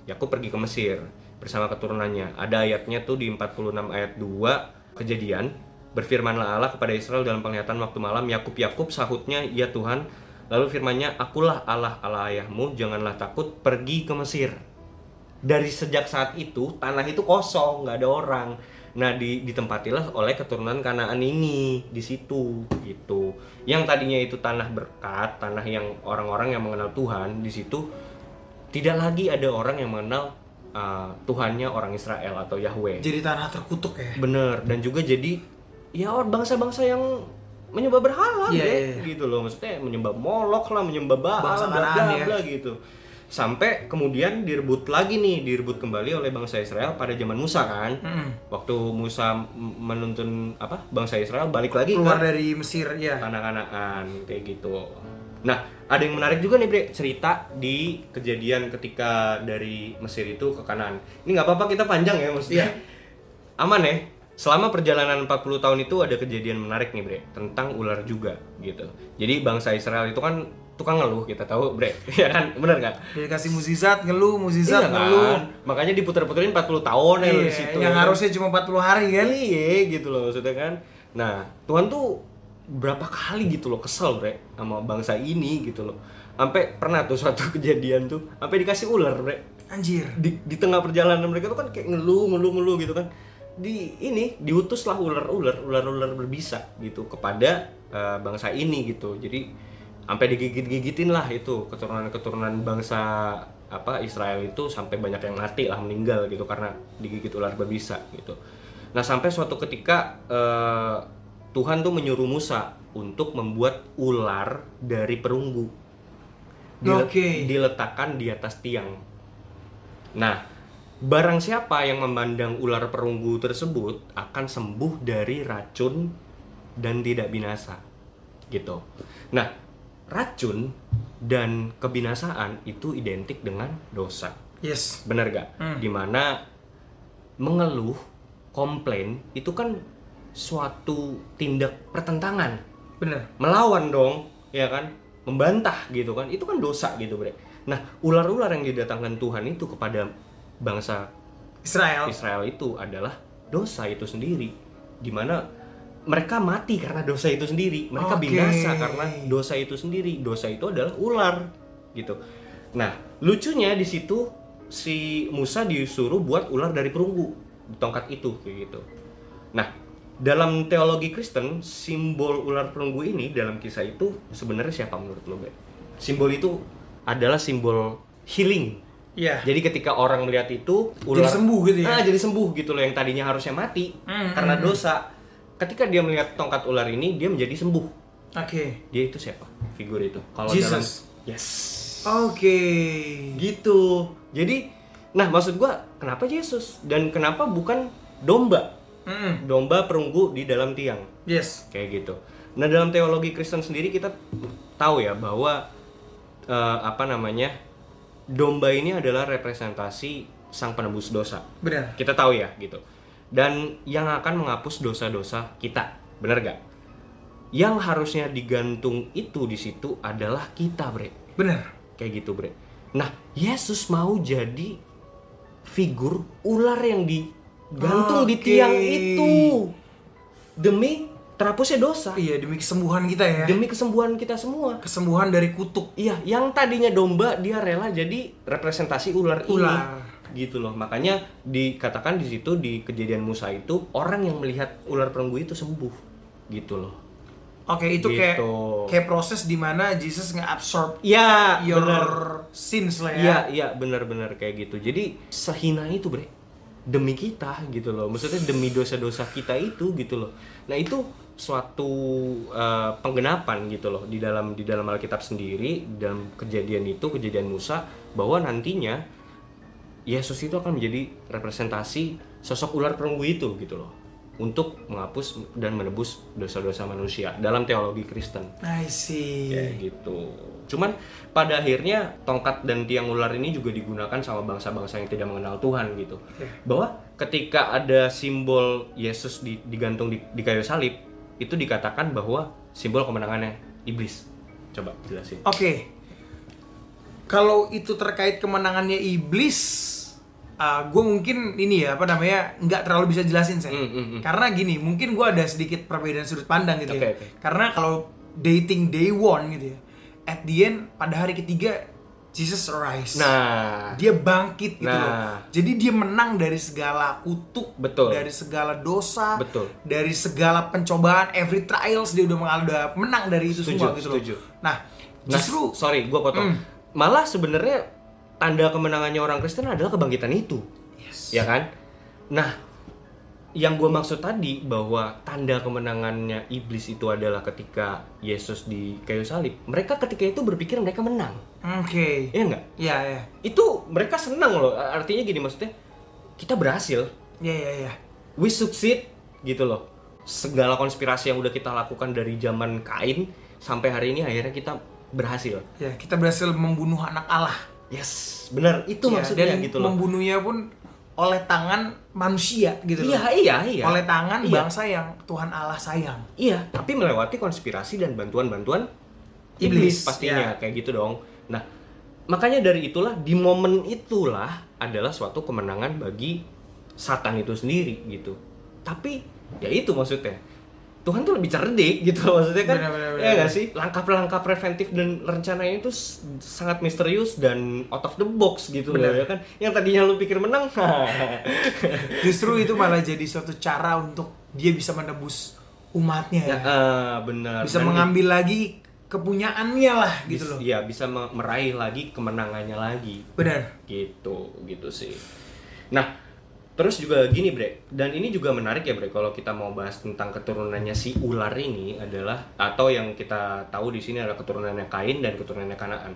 Yakub pergi ke Mesir bersama keturunannya ada ayatnya tuh di 46 ayat 2 kejadian berfirmanlah Allah kepada Israel dalam penglihatan waktu malam Yakub Yakub sahutnya ya Tuhan lalu firmannya akulah Allah Allah ayahmu janganlah takut pergi ke Mesir dari sejak saat itu tanah itu kosong nggak ada orang Nah, di ditempatilah oleh keturunan Kanaan ini di situ gitu. Yang tadinya itu tanah berkat, tanah yang orang-orang yang mengenal Tuhan di situ tidak lagi ada orang yang mengenal uh, Tuhannya orang Israel atau Yahweh.
Jadi tanah terkutuk ya.
Bener dan juga jadi ya or- bangsa-bangsa yang menyembah berhala
Iya,
deh,
iya, iya.
gitu loh maksudnya menyembah molok lah menyembah baal
Bangsa
bla bla
Kanaan ya.
bla gitu sampai kemudian direbut lagi nih direbut kembali oleh bangsa Israel pada zaman Musa kan
Mm-mm.
waktu Musa m- menuntun apa bangsa Israel balik lagi kan?
Keluar
ke
dari Mesir ya.
kanak-kanakan kayak gitu nah ada yang menarik juga nih Bre cerita di kejadian ketika dari Mesir itu ke kanan ini nggak apa-apa kita panjang ya maksudnya
Iya.
aman ya selama perjalanan 40 tahun itu ada kejadian menarik nih Bre tentang ular juga gitu jadi bangsa Israel itu kan tukang ngeluh kita tahu Bre ya kan bener kan
Dia kasih muzizat ngeluh,
Iya
muzizat ngeluh.
kan? Makanya diputer-puterin 40 tahun ya lu di
Iya,
situ.
yang harusnya cuma 40 hari kan.
Iya gitu loh maksudnya kan. Nah Tuhan tuh berapa kali gitu loh kesel bre sama bangsa ini gitu loh. Sampai pernah tuh suatu kejadian tuh sampai dikasih ular bre
Anjir.
di, di tengah perjalanan mereka tuh kan kayak ngeluh ngeluh ngeluh gitu kan di ini diutuslah ular-ular ular-ular berbisa gitu kepada eh, bangsa ini gitu jadi sampai digigit-gigitin lah itu keturunan-keturunan bangsa apa Israel itu sampai banyak yang mati lah meninggal gitu karena digigit ular berbisa gitu nah sampai suatu ketika eh, Tuhan tuh menyuruh Musa untuk membuat ular dari perunggu Dile-
Oke.
diletakkan di atas tiang Nah, barang siapa yang memandang ular perunggu tersebut akan sembuh dari racun dan tidak binasa. Gitu. Nah, racun dan kebinasaan itu identik dengan dosa.
Yes.
Bener gak?
Hmm.
Dimana mengeluh, komplain itu kan suatu tindak pertentangan
Bener.
melawan dong ya kan membantah gitu kan itu kan dosa gitu bre nah ular-ular yang didatangkan Tuhan itu kepada bangsa
Israel.
Israel itu adalah dosa itu sendiri dimana mereka mati karena dosa itu sendiri mereka
Oke.
binasa karena dosa itu sendiri dosa itu adalah ular gitu nah lucunya di situ si Musa disuruh buat ular dari perunggu tongkat itu kayak gitu nah dalam teologi Kristen simbol ular perunggu ini dalam kisah itu sebenarnya siapa menurut lo Be? simbol itu adalah simbol healing
Iya.
jadi ketika orang melihat itu
Jadi sembuh gitu ya?
Ah, jadi sembuh gitu loh yang tadinya harusnya mati
Hmm,
karena
hmm.
dosa. Ketika dia melihat tongkat ular ini, dia menjadi sembuh.
Oke.
Dia itu siapa? Figur itu. Kalau
Jesus.
dalam Yes.
Oke.
Gitu. Jadi nah maksud gua kenapa Yesus dan kenapa bukan domba?
Mm-mm.
Domba perunggu di dalam tiang
Yes.
kayak gitu. Nah dalam teologi Kristen sendiri kita tahu ya bahwa eh, apa namanya domba ini adalah representasi sang penebus dosa.
Bener.
Kita tahu ya gitu. Dan yang akan menghapus dosa-dosa kita, benar gak? Yang harusnya digantung itu di situ adalah kita, bre.
Bener.
Kayak gitu, bre. Nah Yesus mau jadi figur ular yang digantung di
Oke.
tiang itu demi terhapusnya dosa
Iya demi kesembuhan kita ya.
demi kesembuhan kita semua.
Kesembuhan dari kutuk.
Iya, yang tadinya domba dia rela jadi representasi ular,
Ular.
ini. Gitu loh. Makanya dikatakan di situ di kejadian Musa itu orang yang melihat ular perunggu itu sembuh. Gitu loh.
Oke itu kayak
Gitu.
kayak proses dimana Jesus nge-absorb
Iya,
your
benar.
sins lah ya.
Iya, iya benar-benar kayak gitu. Jadi sehina itu, Bre. Demi kita gitu loh. Maksudnya demi dosa-dosa kita itu gitu loh. Nah, itu suatu eh, penggenapan gitu loh di dalam di dalam Alkitab sendiri di dalam kejadian itu kejadian Musa bahwa nantinya Yesus itu akan menjadi representasi sosok ular perunggu itu gitu loh untuk menghapus dan menebus dosa-dosa manusia dalam teologi Kristen
I see.
kayak gitu. Cuman pada akhirnya tongkat dan tiang ular ini juga digunakan sama bangsa-bangsa yang tidak mengenal Tuhan gitu.
Iya.
Bahwa ketika ada simbol Yesus di- digantung di, di kayu salib, itu dikatakan bahwa simbol kemenangannya iblis. Coba jelasin.
Oke. Kalau itu terkait kemenangannya iblis, gue mungkin ini ya apa namanya nggak terlalu bisa jelasin saya.
Mm, mm, mm.
Karena gini, mungkin gue ada sedikit perbedaan sudut pandang gitu ya.
Oke, oke.
Karena kalau dating day one gitu ya, at the end pada hari ketiga Jesus rise.
Nah,
dia bangkit gitu
Nah.
loh. Jadi dia menang dari segala kutuk,
Betul.
dari segala dosa,
Betul.
dari segala pencobaan, every trials dia udah, mengal- udah menang dari itu
Setuju,
semua gitu
setuju.
loh. Nah,
nah,
justru
sorry, gue
Mm.
potong. Malah sebenarnya tanda kemenangannya orang Kristen adalah kebangkitan itu, ya kan? Nah, yang gue maksud tadi bahwa tanda kemenangannya iblis itu adalah ketika Yesus di kayu salib, mereka ketika itu berpikir mereka menang,
Oke.
ya nggak?
Iya, iya.
Itu mereka senang loh. Artinya gini maksudnya, kita berhasil,
Iya, iya, iya.
we succeed gitu loh segala konspirasi yang udah kita lakukan dari zaman kain sampai hari ini akhirnya kita berhasil
Ya, kita berhasil membunuh anak Allah.
yes benar itu
Ya,
maksudnya
dan
gitu loh
Membunuhnya pun oleh tangan manusia gitu
iya
loh.
iya iya
Oleh tangan
iya,
bangsa yang Tuhan Allah sayang.
iya tapi melewati konspirasi dan bantuan-bantuan
Iblis, iya.
iblis, pastinya kayak gitu dong nah makanya dari itulah di momen itulah adalah suatu kemenangan bagi satan itu sendiri gitu tapi ya itu maksudnya Tuhan tuh lebih cerdik gitu loh maksudnya kan
Benar, benar, benar,
ya nggak
benar.
sih langkah-langkah preventif dan rencananya itu s- sangat misterius dan out of the box gitu loh
Benar.
ya kan yang tadinya lu pikir menang
Justru itu malah jadi suatu cara untuk dia bisa menebus umatnya ya.
Ah, benar
Bisa
Dan di-
mengambil lagi kepunyaannya lah gitu
bis-
loh.
Iya, bisa me- meraih lagi kemenangannya lagi.
Benar.
Gitu, gitu sih. Nah, terus juga gini, Bre. Dan ini juga menarik ya, Bre, kalau kita mau bahas tentang keturunannya si ular ini adalah atau yang kita tahu di sini adalah keturunannya Kain dan keturunannya Kanaan.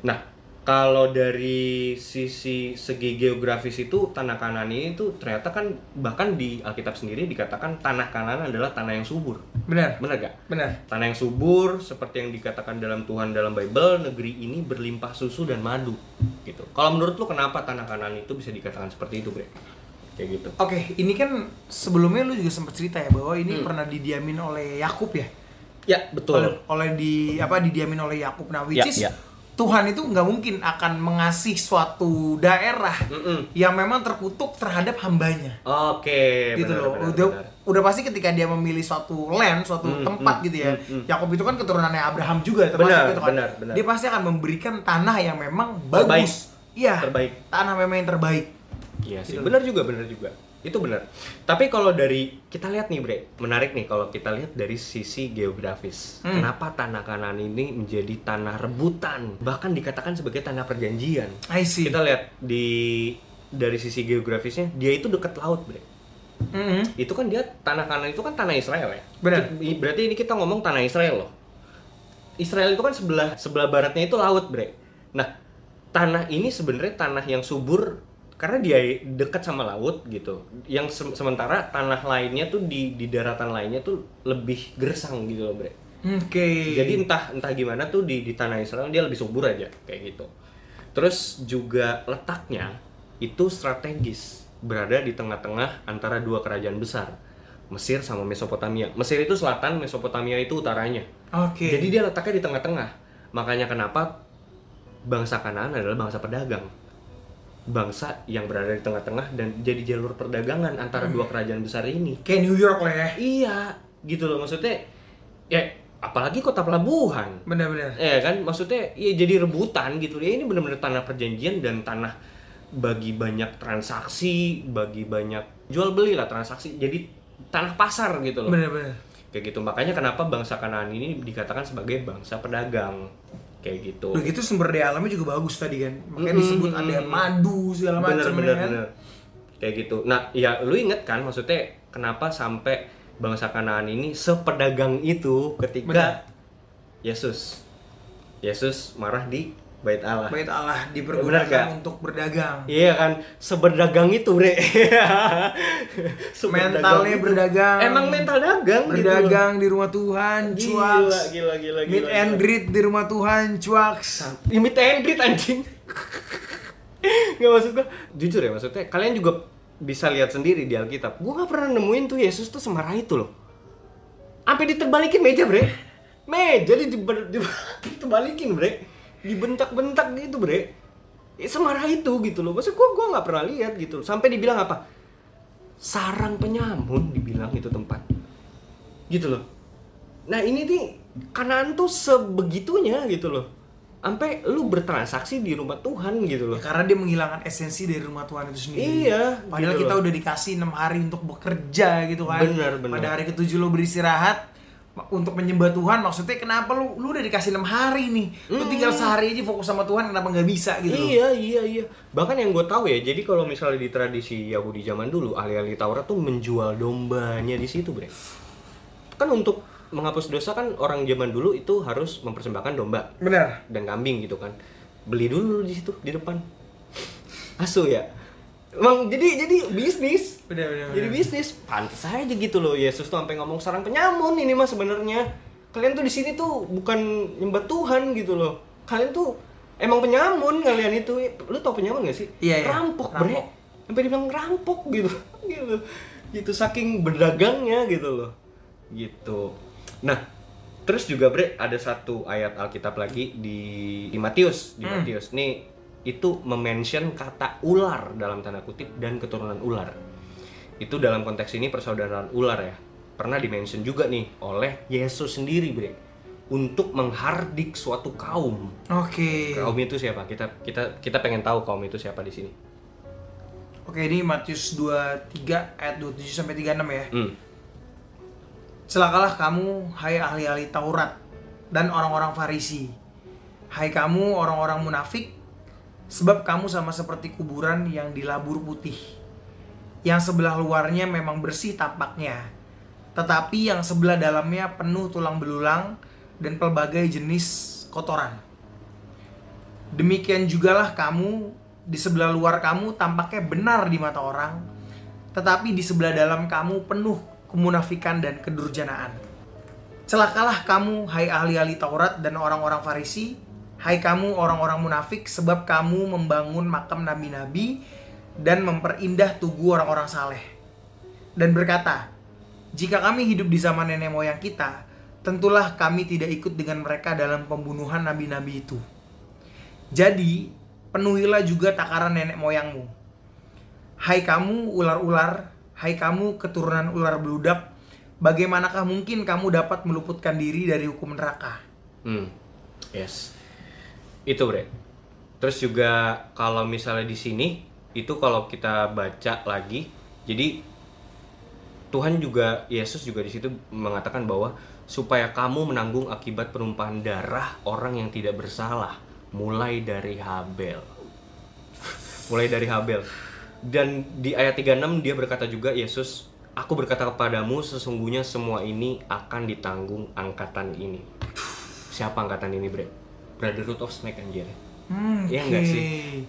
Nah, kalau dari sisi segi geografis itu tanah Kanaan ini tuh ternyata kan bahkan di Alkitab sendiri dikatakan tanah Kanaan adalah tanah yang subur.
Benar.
Benar gak?
Benar.
Tanah yang subur seperti yang dikatakan dalam Tuhan dalam Bible, negeri ini berlimpah susu dan madu gitu. Kalau menurut lu kenapa tanah kanan itu bisa dikatakan seperti itu, Bre? Kayak gitu.
Oke, ini kan sebelumnya lu juga sempat cerita ya bahwa ini pernah didiamin oleh Yakub ya.
Ya, Hmm. betul.
Oleh, oleh di apa didiamin oleh Yakub. Nah, which
Ya,
is
ya.
Tuhan itu nggak mungkin akan mengasih suatu daerah
Mm-mm.
yang memang terkutuk terhadap hambanya.
Oke,
gitu
Iya, benar,
loh.
benar,
udah
benar.
udah pasti ketika dia memilih suatu land, suatu
Hmm,
tempat
hmm,
gitu ya.
hmm, hmm.
Yakub itu kan keturunannya Abraham juga termasuk
Benar,
gitu kan.
benar, benar.
Dia pasti akan memberikan tanah yang memang
Terbaik.
bagus. Iya.
Terbaik.
Tanah memang yang terbaik.
Iya sih,
Gitu.
benar juga, benar juga. Itu benar. Tapi kalau dari kita lihat nih, Bre, menarik nih kalau kita lihat dari sisi geografis.
Hmm.
Kenapa tanah kanan ini menjadi tanah rebutan, bahkan dikatakan sebagai tanah perjanjian?
I see.
Kita lihat di dari sisi geografisnya, dia itu dekat laut, Bre.
Mhm.
Itu kan dia tanah kanan itu kan tanah Israel ya.
Benar.
Ki- Berarti ini kita ngomong tanah Israel loh. Israel itu kan sebelah sebelah baratnya itu laut, Bre. Nah, tanah ini sebenarnya tanah yang subur karena dia dekat sama laut gitu. Yang se- sementara tanah lainnya tuh di di daratan lainnya tuh lebih gersang gitu loh, Bre.
Oke.
Jadi entah entah gimana tuh di di tanah Israel dia lebih subur aja kayak gitu. Terus juga letaknya itu strategis berada di tengah-tengah antara dua kerajaan besar Mesir sama Mesopotamia. Mesir itu selatan, Mesopotamia itu utaranya.
Oke.
Jadi dia letaknya di tengah-tengah. Makanya kenapa bangsa Kanaan adalah bangsa pedagang. Bangsa yang berada di tengah-tengah dan jadi jalur perdagangan antara dua kerajaan besar ini.
kayak New York lah ya.
Iya, gitu loh maksudnya. Ya, apalagi kota pelabuhan.
Benar-benar.
Ya kan, maksudnya ya jadi rebutan gitu. Ya ini benar-benar tanah perjanjian dan tanah bagi banyak transaksi, bagi banyak jual beli lah transaksi. Jadi tanah pasar gitu loh.
Benar-benar.
Kayak gitu. Makanya kenapa bangsa Kanaan ini dikatakan sebagai bangsa pedagang. Kayak gitu.
Udah gitu sumber daya alamnya juga bagus tadi kan. Makanya
Mm-mm.
disebut ada madu segala
bener
macam
bener
ya kan.
bener kayak gitu nah ya lu inget kan maksudnya kenapa sampai bangsa Kanaan ini sepedagang itu ketika Yesus Yesus marah di bait Allah
Bait Allah
Benar nggak?
dipergunakan untuk berdagang.
Iya kan, seberdagang itu bre. Seberdagang
Mentalnya
itu.
berdagang.
Emang mental dagang. gitu loh.
Berdagang di rumah Tuhan,
Gila,
cuaks.
gila, gila, gila.
Meet and
gila.
greet di rumah Tuhan, cuaks.
Ya, meet and greet, anjing. Gak maksud gua, jujur ya maksudnya. Kalian juga bisa lihat sendiri di Alkitab. Gua gak pernah nemuin tuh Yesus tuh semarah itu loh. Sampai diterbalikin meja, Bre. Meja di, diber- di- ditebalikin, Bre. Dibentak-bentak gitu, Bre. Ya, semarah itu gitu loh. Maksudnya gua gua gak pernah lihat gitu. Sampai dibilang apa? Sarang penyamun dibilang itu tempat. Gitu loh. Nah, ini nih kanan tuh sebegitunya gitu loh sampai lu bertransaksi di rumah Tuhan gitu loh.
Ya, karena dia menghilangkan esensi dari rumah Tuhan itu sendiri.
Iya,
Padahal
gitu
kita
loh.
udah dikasih enam hari untuk bekerja gitu kan.
Benar, benar.
Pada hari ketujuh lo beristirahat ma- untuk menyembah Tuhan. Maksudnya kenapa lu lu udah dikasih enam hari nih? Lu tinggal sehari aja fokus sama Tuhan kenapa nggak bisa gitu? loh.
Hmm. Iya, iya, iya. Bahkan yang gue tahu ya, jadi kalau misalnya di tradisi Yahudi zaman dulu, ahli-ahli Taurat tuh menjual dombanya di situ, Bre. Kan untuk menghapus dosa kan orang zaman dulu itu harus mempersembahkan domba
Benar.
dan kambing gitu kan. Beli dulu di situ di depan. Asu ya. Emang jadi jadi bisnis.
Benar, benar,
Jadi
benar.
bisnis. Pantes aja gitu loh Yesus tuh sampai ngomong sarang penyamun ini mah sebenarnya. Kalian tuh di sini tuh bukan nyembah Tuhan gitu loh. Kalian tuh emang penyamun kalian itu. Lu tau penyamun gak sih?
Iya, iya.
Rampok, bre.
Rampok.
Sampai dibilang rampok gitu. gitu. Gitu saking berdagangnya gitu loh. Gitu. Nah, terus juga bre ada satu ayat Alkitab lagi di di Matius, di
Hmm.
Matius. Nih itu memention kata ular dalam tanda kutip dan keturunan ular. Itu dalam konteks ini persaudaraan ular ya. Pernah dimention juga nih oleh Yesus sendiri, Bre. Untuk menghardik suatu kaum.
Oke.
Kaum itu siapa? Kita kita kita pengen tahu kaum itu siapa di sini.
Oke, ini Matius 23 ayat 27 sampai 36 ya.
Hmm.
Celakalah kamu, hai ahli-ahli Taurat dan orang-orang Farisi. Hai kamu orang-orang munafik, sebab kamu sama seperti kuburan yang dilabur putih. Yang sebelah luarnya memang bersih tampaknya, tetapi yang sebelah dalamnya penuh tulang belulang dan pelbagai jenis kotoran. Demikian jugalah kamu di sebelah luar kamu tampaknya benar di mata orang, tetapi di sebelah dalam kamu penuh kemunafikan dan kedurjanaan. Celakalah kamu, hai ahli-ahli Taurat dan orang-orang Farisi, hai kamu orang-orang munafik, sebab kamu membangun makam nabi-nabi dan memperindah tugu orang-orang saleh. Dan berkata, jika kami hidup di zaman nenek moyang kita, tentulah kami tidak ikut dengan mereka dalam pembunuhan nabi-nabi itu. Jadi, penuhilah juga takaran nenek moyangmu. Hai kamu ular-ular, hai kamu keturunan ular beludak, bagaimanakah mungkin kamu dapat meluputkan diri dari hukum neraka?
Hmm. Yes. Itu, Bre. Terus juga kalau misalnya di sini itu kalau kita baca lagi, jadi Tuhan juga Yesus juga di situ mengatakan bahwa supaya kamu menanggung akibat penumpahan darah orang yang tidak bersalah, mulai dari Habel. mulai dari Habel. Dan di ayat 36 dia berkata juga Yesus, aku berkata kepadamu sesungguhnya semua ini akan ditanggung angkatan ini siapa angkatan ini bre Brotherhood of Snake anjir
Hmm,
Iya
oke.
nggak sih?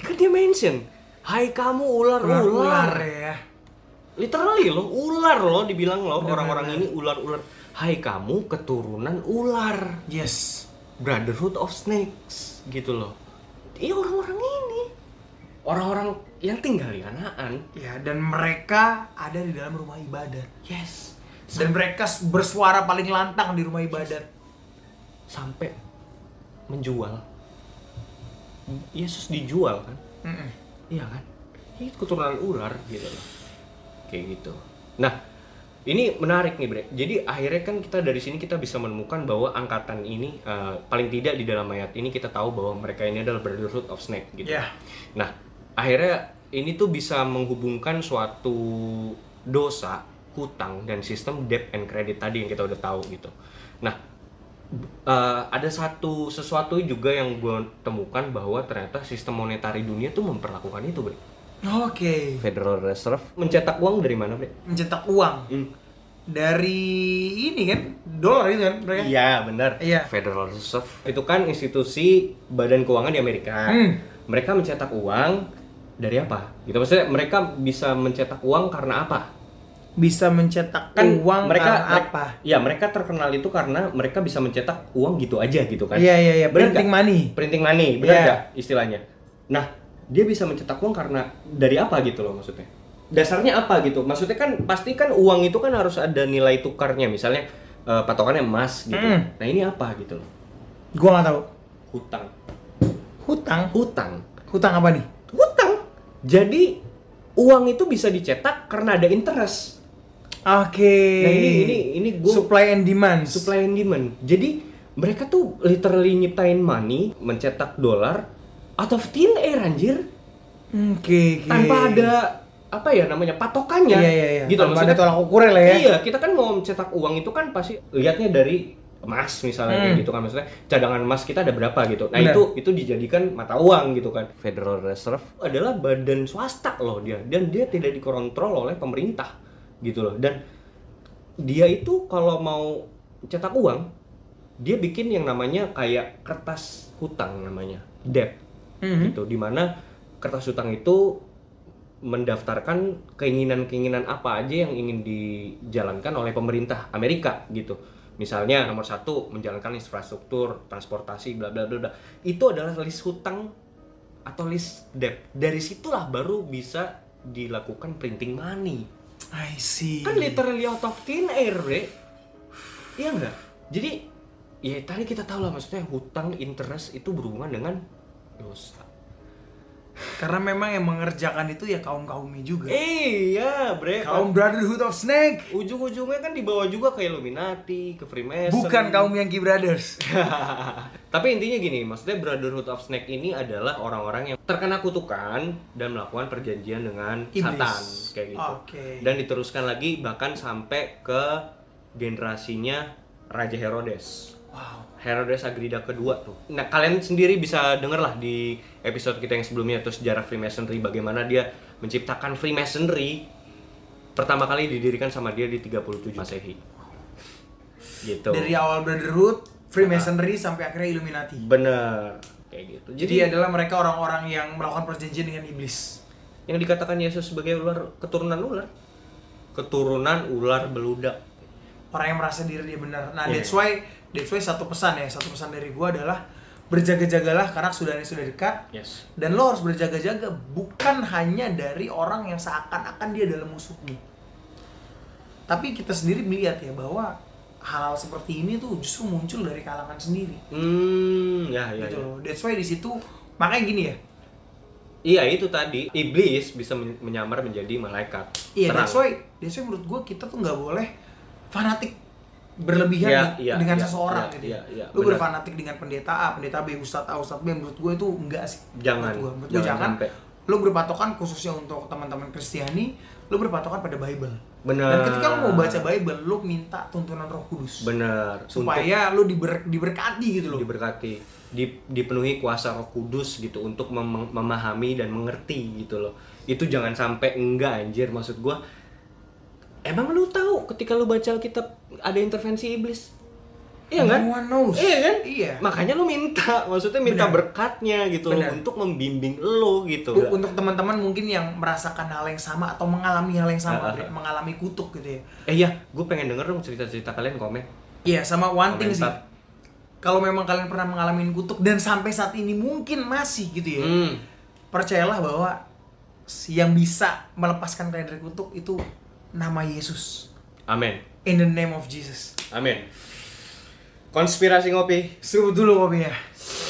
kan dia mention hai kamu ular-ular
Ular-ular ya.
literally lo ular lo dibilang lo
Bener-bener.
orang-orang ini ular-ular hai kamu keturunan ular
Yes.
Brotherhood of Snakes gitu loh iya orang-orang ini orang-orang yang tinggal di kanaan
Ya, dan mereka ada di dalam rumah ibadat.
yes
Dan mereka s- bersuara paling lantang di rumah ibadat.
sampai menjual Yesus dijual kan
Mm-mm.
Iya kan? Ini keturunan ular gitu loh. Kayak gitu. Nah, ini menarik nih Bre. Jadi akhirnya kan kita dari sini kita bisa menemukan bahwa angkatan ini eh, paling tidak di dalam ayat ini kita tahu bahwa mereka ini adalah Brotherhood of Snake gitu.
Iya.
Nah, akhirnya ini tuh bisa menghubungkan suatu dosa, hutang dan sistem debt and credit tadi yang kita udah tahu gitu. Nah, b- eh, ada satu sesuatu juga yang gue temukan bahwa ternyata sistem monetari dunia tuh memperlakukan itu, Bre.
Oke.
Federal Reserve Hmm. mencetak uang dari mana, Bre?
Mencetak uang dari ini kan, dolar itu kan mereka.
Iya, benar.
Iya.
Federal Reserve itu kan institusi badan keuangan di Amerika.
Hmm.
Mereka mencetak uang dari apa? Gitu maksudnya mereka bisa mencetak uang karena apa? Kan
Bisa mencetak uang
mereka
karena
mereka-
apa?
Ya, mereka terkenal itu karena mereka bisa mencetak uang gitu aja gitu kan.
Iya iya iya,
Bener
printing
nggak?
money.
Printing money, benar
Iya.
nggak istilahnya? Nah, dia bisa mencetak uang karena dari apa gitu loh maksudnya? Dasarnya apa gitu? Maksudnya kan pasti kan uang itu kan harus ada nilai tukarnya, misalnya eh, patokannya emas gitu.
Mm.
Nah, ini apa gitu loh?
Gua nggak tahu.
Hutang.
Hutang?
Hutang.
Hutang apa nih?
Hutang. Jadi uang itu bisa dicetak karena ada interest.
Oke.
Nah, ini ini ini gua
supply and demand.
supply and demand. Jadi mereka tuh literally nyiptain money, mencetak dolar out of thin air anjir.
Oke, oke.
Tanpa ada apa ya namanya patokannya.
Iya, iya, iya.
Gitu
Tanpa ada
maksudnya.
tolak ukurnya lah ya.
Iya, kita kan mau mencetak uang itu kan pasti lihatnya dari emas misalnya kayak gitu kan maksudnya cadangan emas kita ada berapa gitu. Nah,
Hmm. Benar.
itu itu dijadikan mata uang gitu kan. Federal Reserve adalah badan swasta loh dia dan dia tidak dikontrol oleh pemerintah gitu loh. Dan dia itu kalau mau cetak uang dia bikin yang namanya kayak kertas hutang namanya debt
Mhm.
gitu dimana kertas hutang itu mendaftarkan keinginan-keinginan apa aja yang ingin dijalankan oleh pemerintah Amerika gitu misalnya nomor satu menjalankan infrastruktur transportasi bla bla bla bla. itu adalah list hutang atau list debt dari situlah baru bisa dilakukan printing money
I see.
kan literally out of thin air Bre. iya enggak jadi ya tadi kita tahu lah maksudnya hutang interest itu berhubungan dengan dosa
Karena memang yang mengerjakan itu ya kaum kaumnya juga.
iya bre
Kaum Brotherhood of Snake,
ujung-ujungnya kan dibawa juga ke Illuminati ke Freemason
bukan kaum Yankee Brothers.
tapi intinya gini maksudnya Brotherhood of Snake ini adalah orang-orang yang terkena kutukan dan melakukan perjanjian dengan
Iblis.
setan kayak gitu
Oke.
dan diteruskan lagi bahkan sampai ke generasinya Raja Herodes
Wow.
Herodes Agrida kedua tuh. Nah kalian sendiri bisa denger lah di episode kita yang sebelumnya tuh sejarah Freemasonry bagaimana dia menciptakan Freemasonry pertama kali didirikan sama dia di 37 Masehi. Gitu.
Dari awal Brotherhood, Freemasonry sampai akhirnya Illuminati.
Bener kayak gitu. Jadi,
Jadi adalah mereka orang-orang yang melakukan perjanjian dengan iblis.
yang dikatakan Yesus sebagai ular keturunan ular, keturunan ular beludak.
Orang yang merasa diri dia benar. Nah,
Iya.
that's why that's why satu pesan ya, satu pesan dari gua adalah berjaga-jagalah karena sudah sudah dekat
Yes.
dan lo harus berjaga-jaga bukan hanya dari orang yang seakan-akan dia adalah musuhmu. Tapi kita sendiri melihat ya bahwa hal-hal seperti ini tuh justru muncul dari kalangan sendiri.
Hmm, ya ya.
Gitu
ya.
loh. That's why di situ makanya gini ya.
Iya itu tadi iblis bisa men- menyamar menjadi malaikat.
Iya,
Terang.
that's why, that's why menurut gue kita tuh nggak boleh fanatik berlebihan
Iya,
di-
iya,
dengan
iya,
seseorang
iya,
gitu.
iya, iya,
Lu
benar.
berfanatik dengan pendeta A, pendeta B, ustadz A, ustadz B menurut gue itu enggak sih.
Jangan,
Menurut gue, menurut gue
jangan
jangan.
sampai.
Lu berpatokan khususnya untuk teman-teman Kristiani, lu berpatokan pada Bible.
Benar.
Dan ketika lu mau baca Bible, lu minta tuntunan Roh Kudus.
Bener.
Supaya lu diber- diberkati gitu loh.
Untuk diberkati, di- dipenuhi kuasa Roh Kudus gitu untuk mem- memahami dan mengerti gitu loh. Itu jangan sampai enggak anjir maksud gua. Emang lu tahu ketika lu baca kitab ada intervensi iblis? Iya kan?
No one knows.
Iya kan?
Iya.
Makanya lu minta, maksudnya minta
Benar.
berkatnya gitu loh
Benar.
untuk membimbing lu gitu.
U- untuk teman-teman mungkin yang merasakan hal yang sama atau mengalami hal yang sama,
Ah, ah,
Bre,
ah.
mengalami kutuk gitu ya.
Eh ya, gue pengen denger dong cerita-cerita kalian komen.
Iya, sama one thing sih.
Komentar.
Kalau memang kalian pernah mengalami kutuk dan sampai saat ini mungkin masih gitu ya.
Hmm.
Percayalah bahwa yang bisa melepaskan kalian dari kutuk itu nama Yesus.
Amin.
In the name of Jesus.
Amin. Konspirasi ngopi.
Sebut dulu kopinya.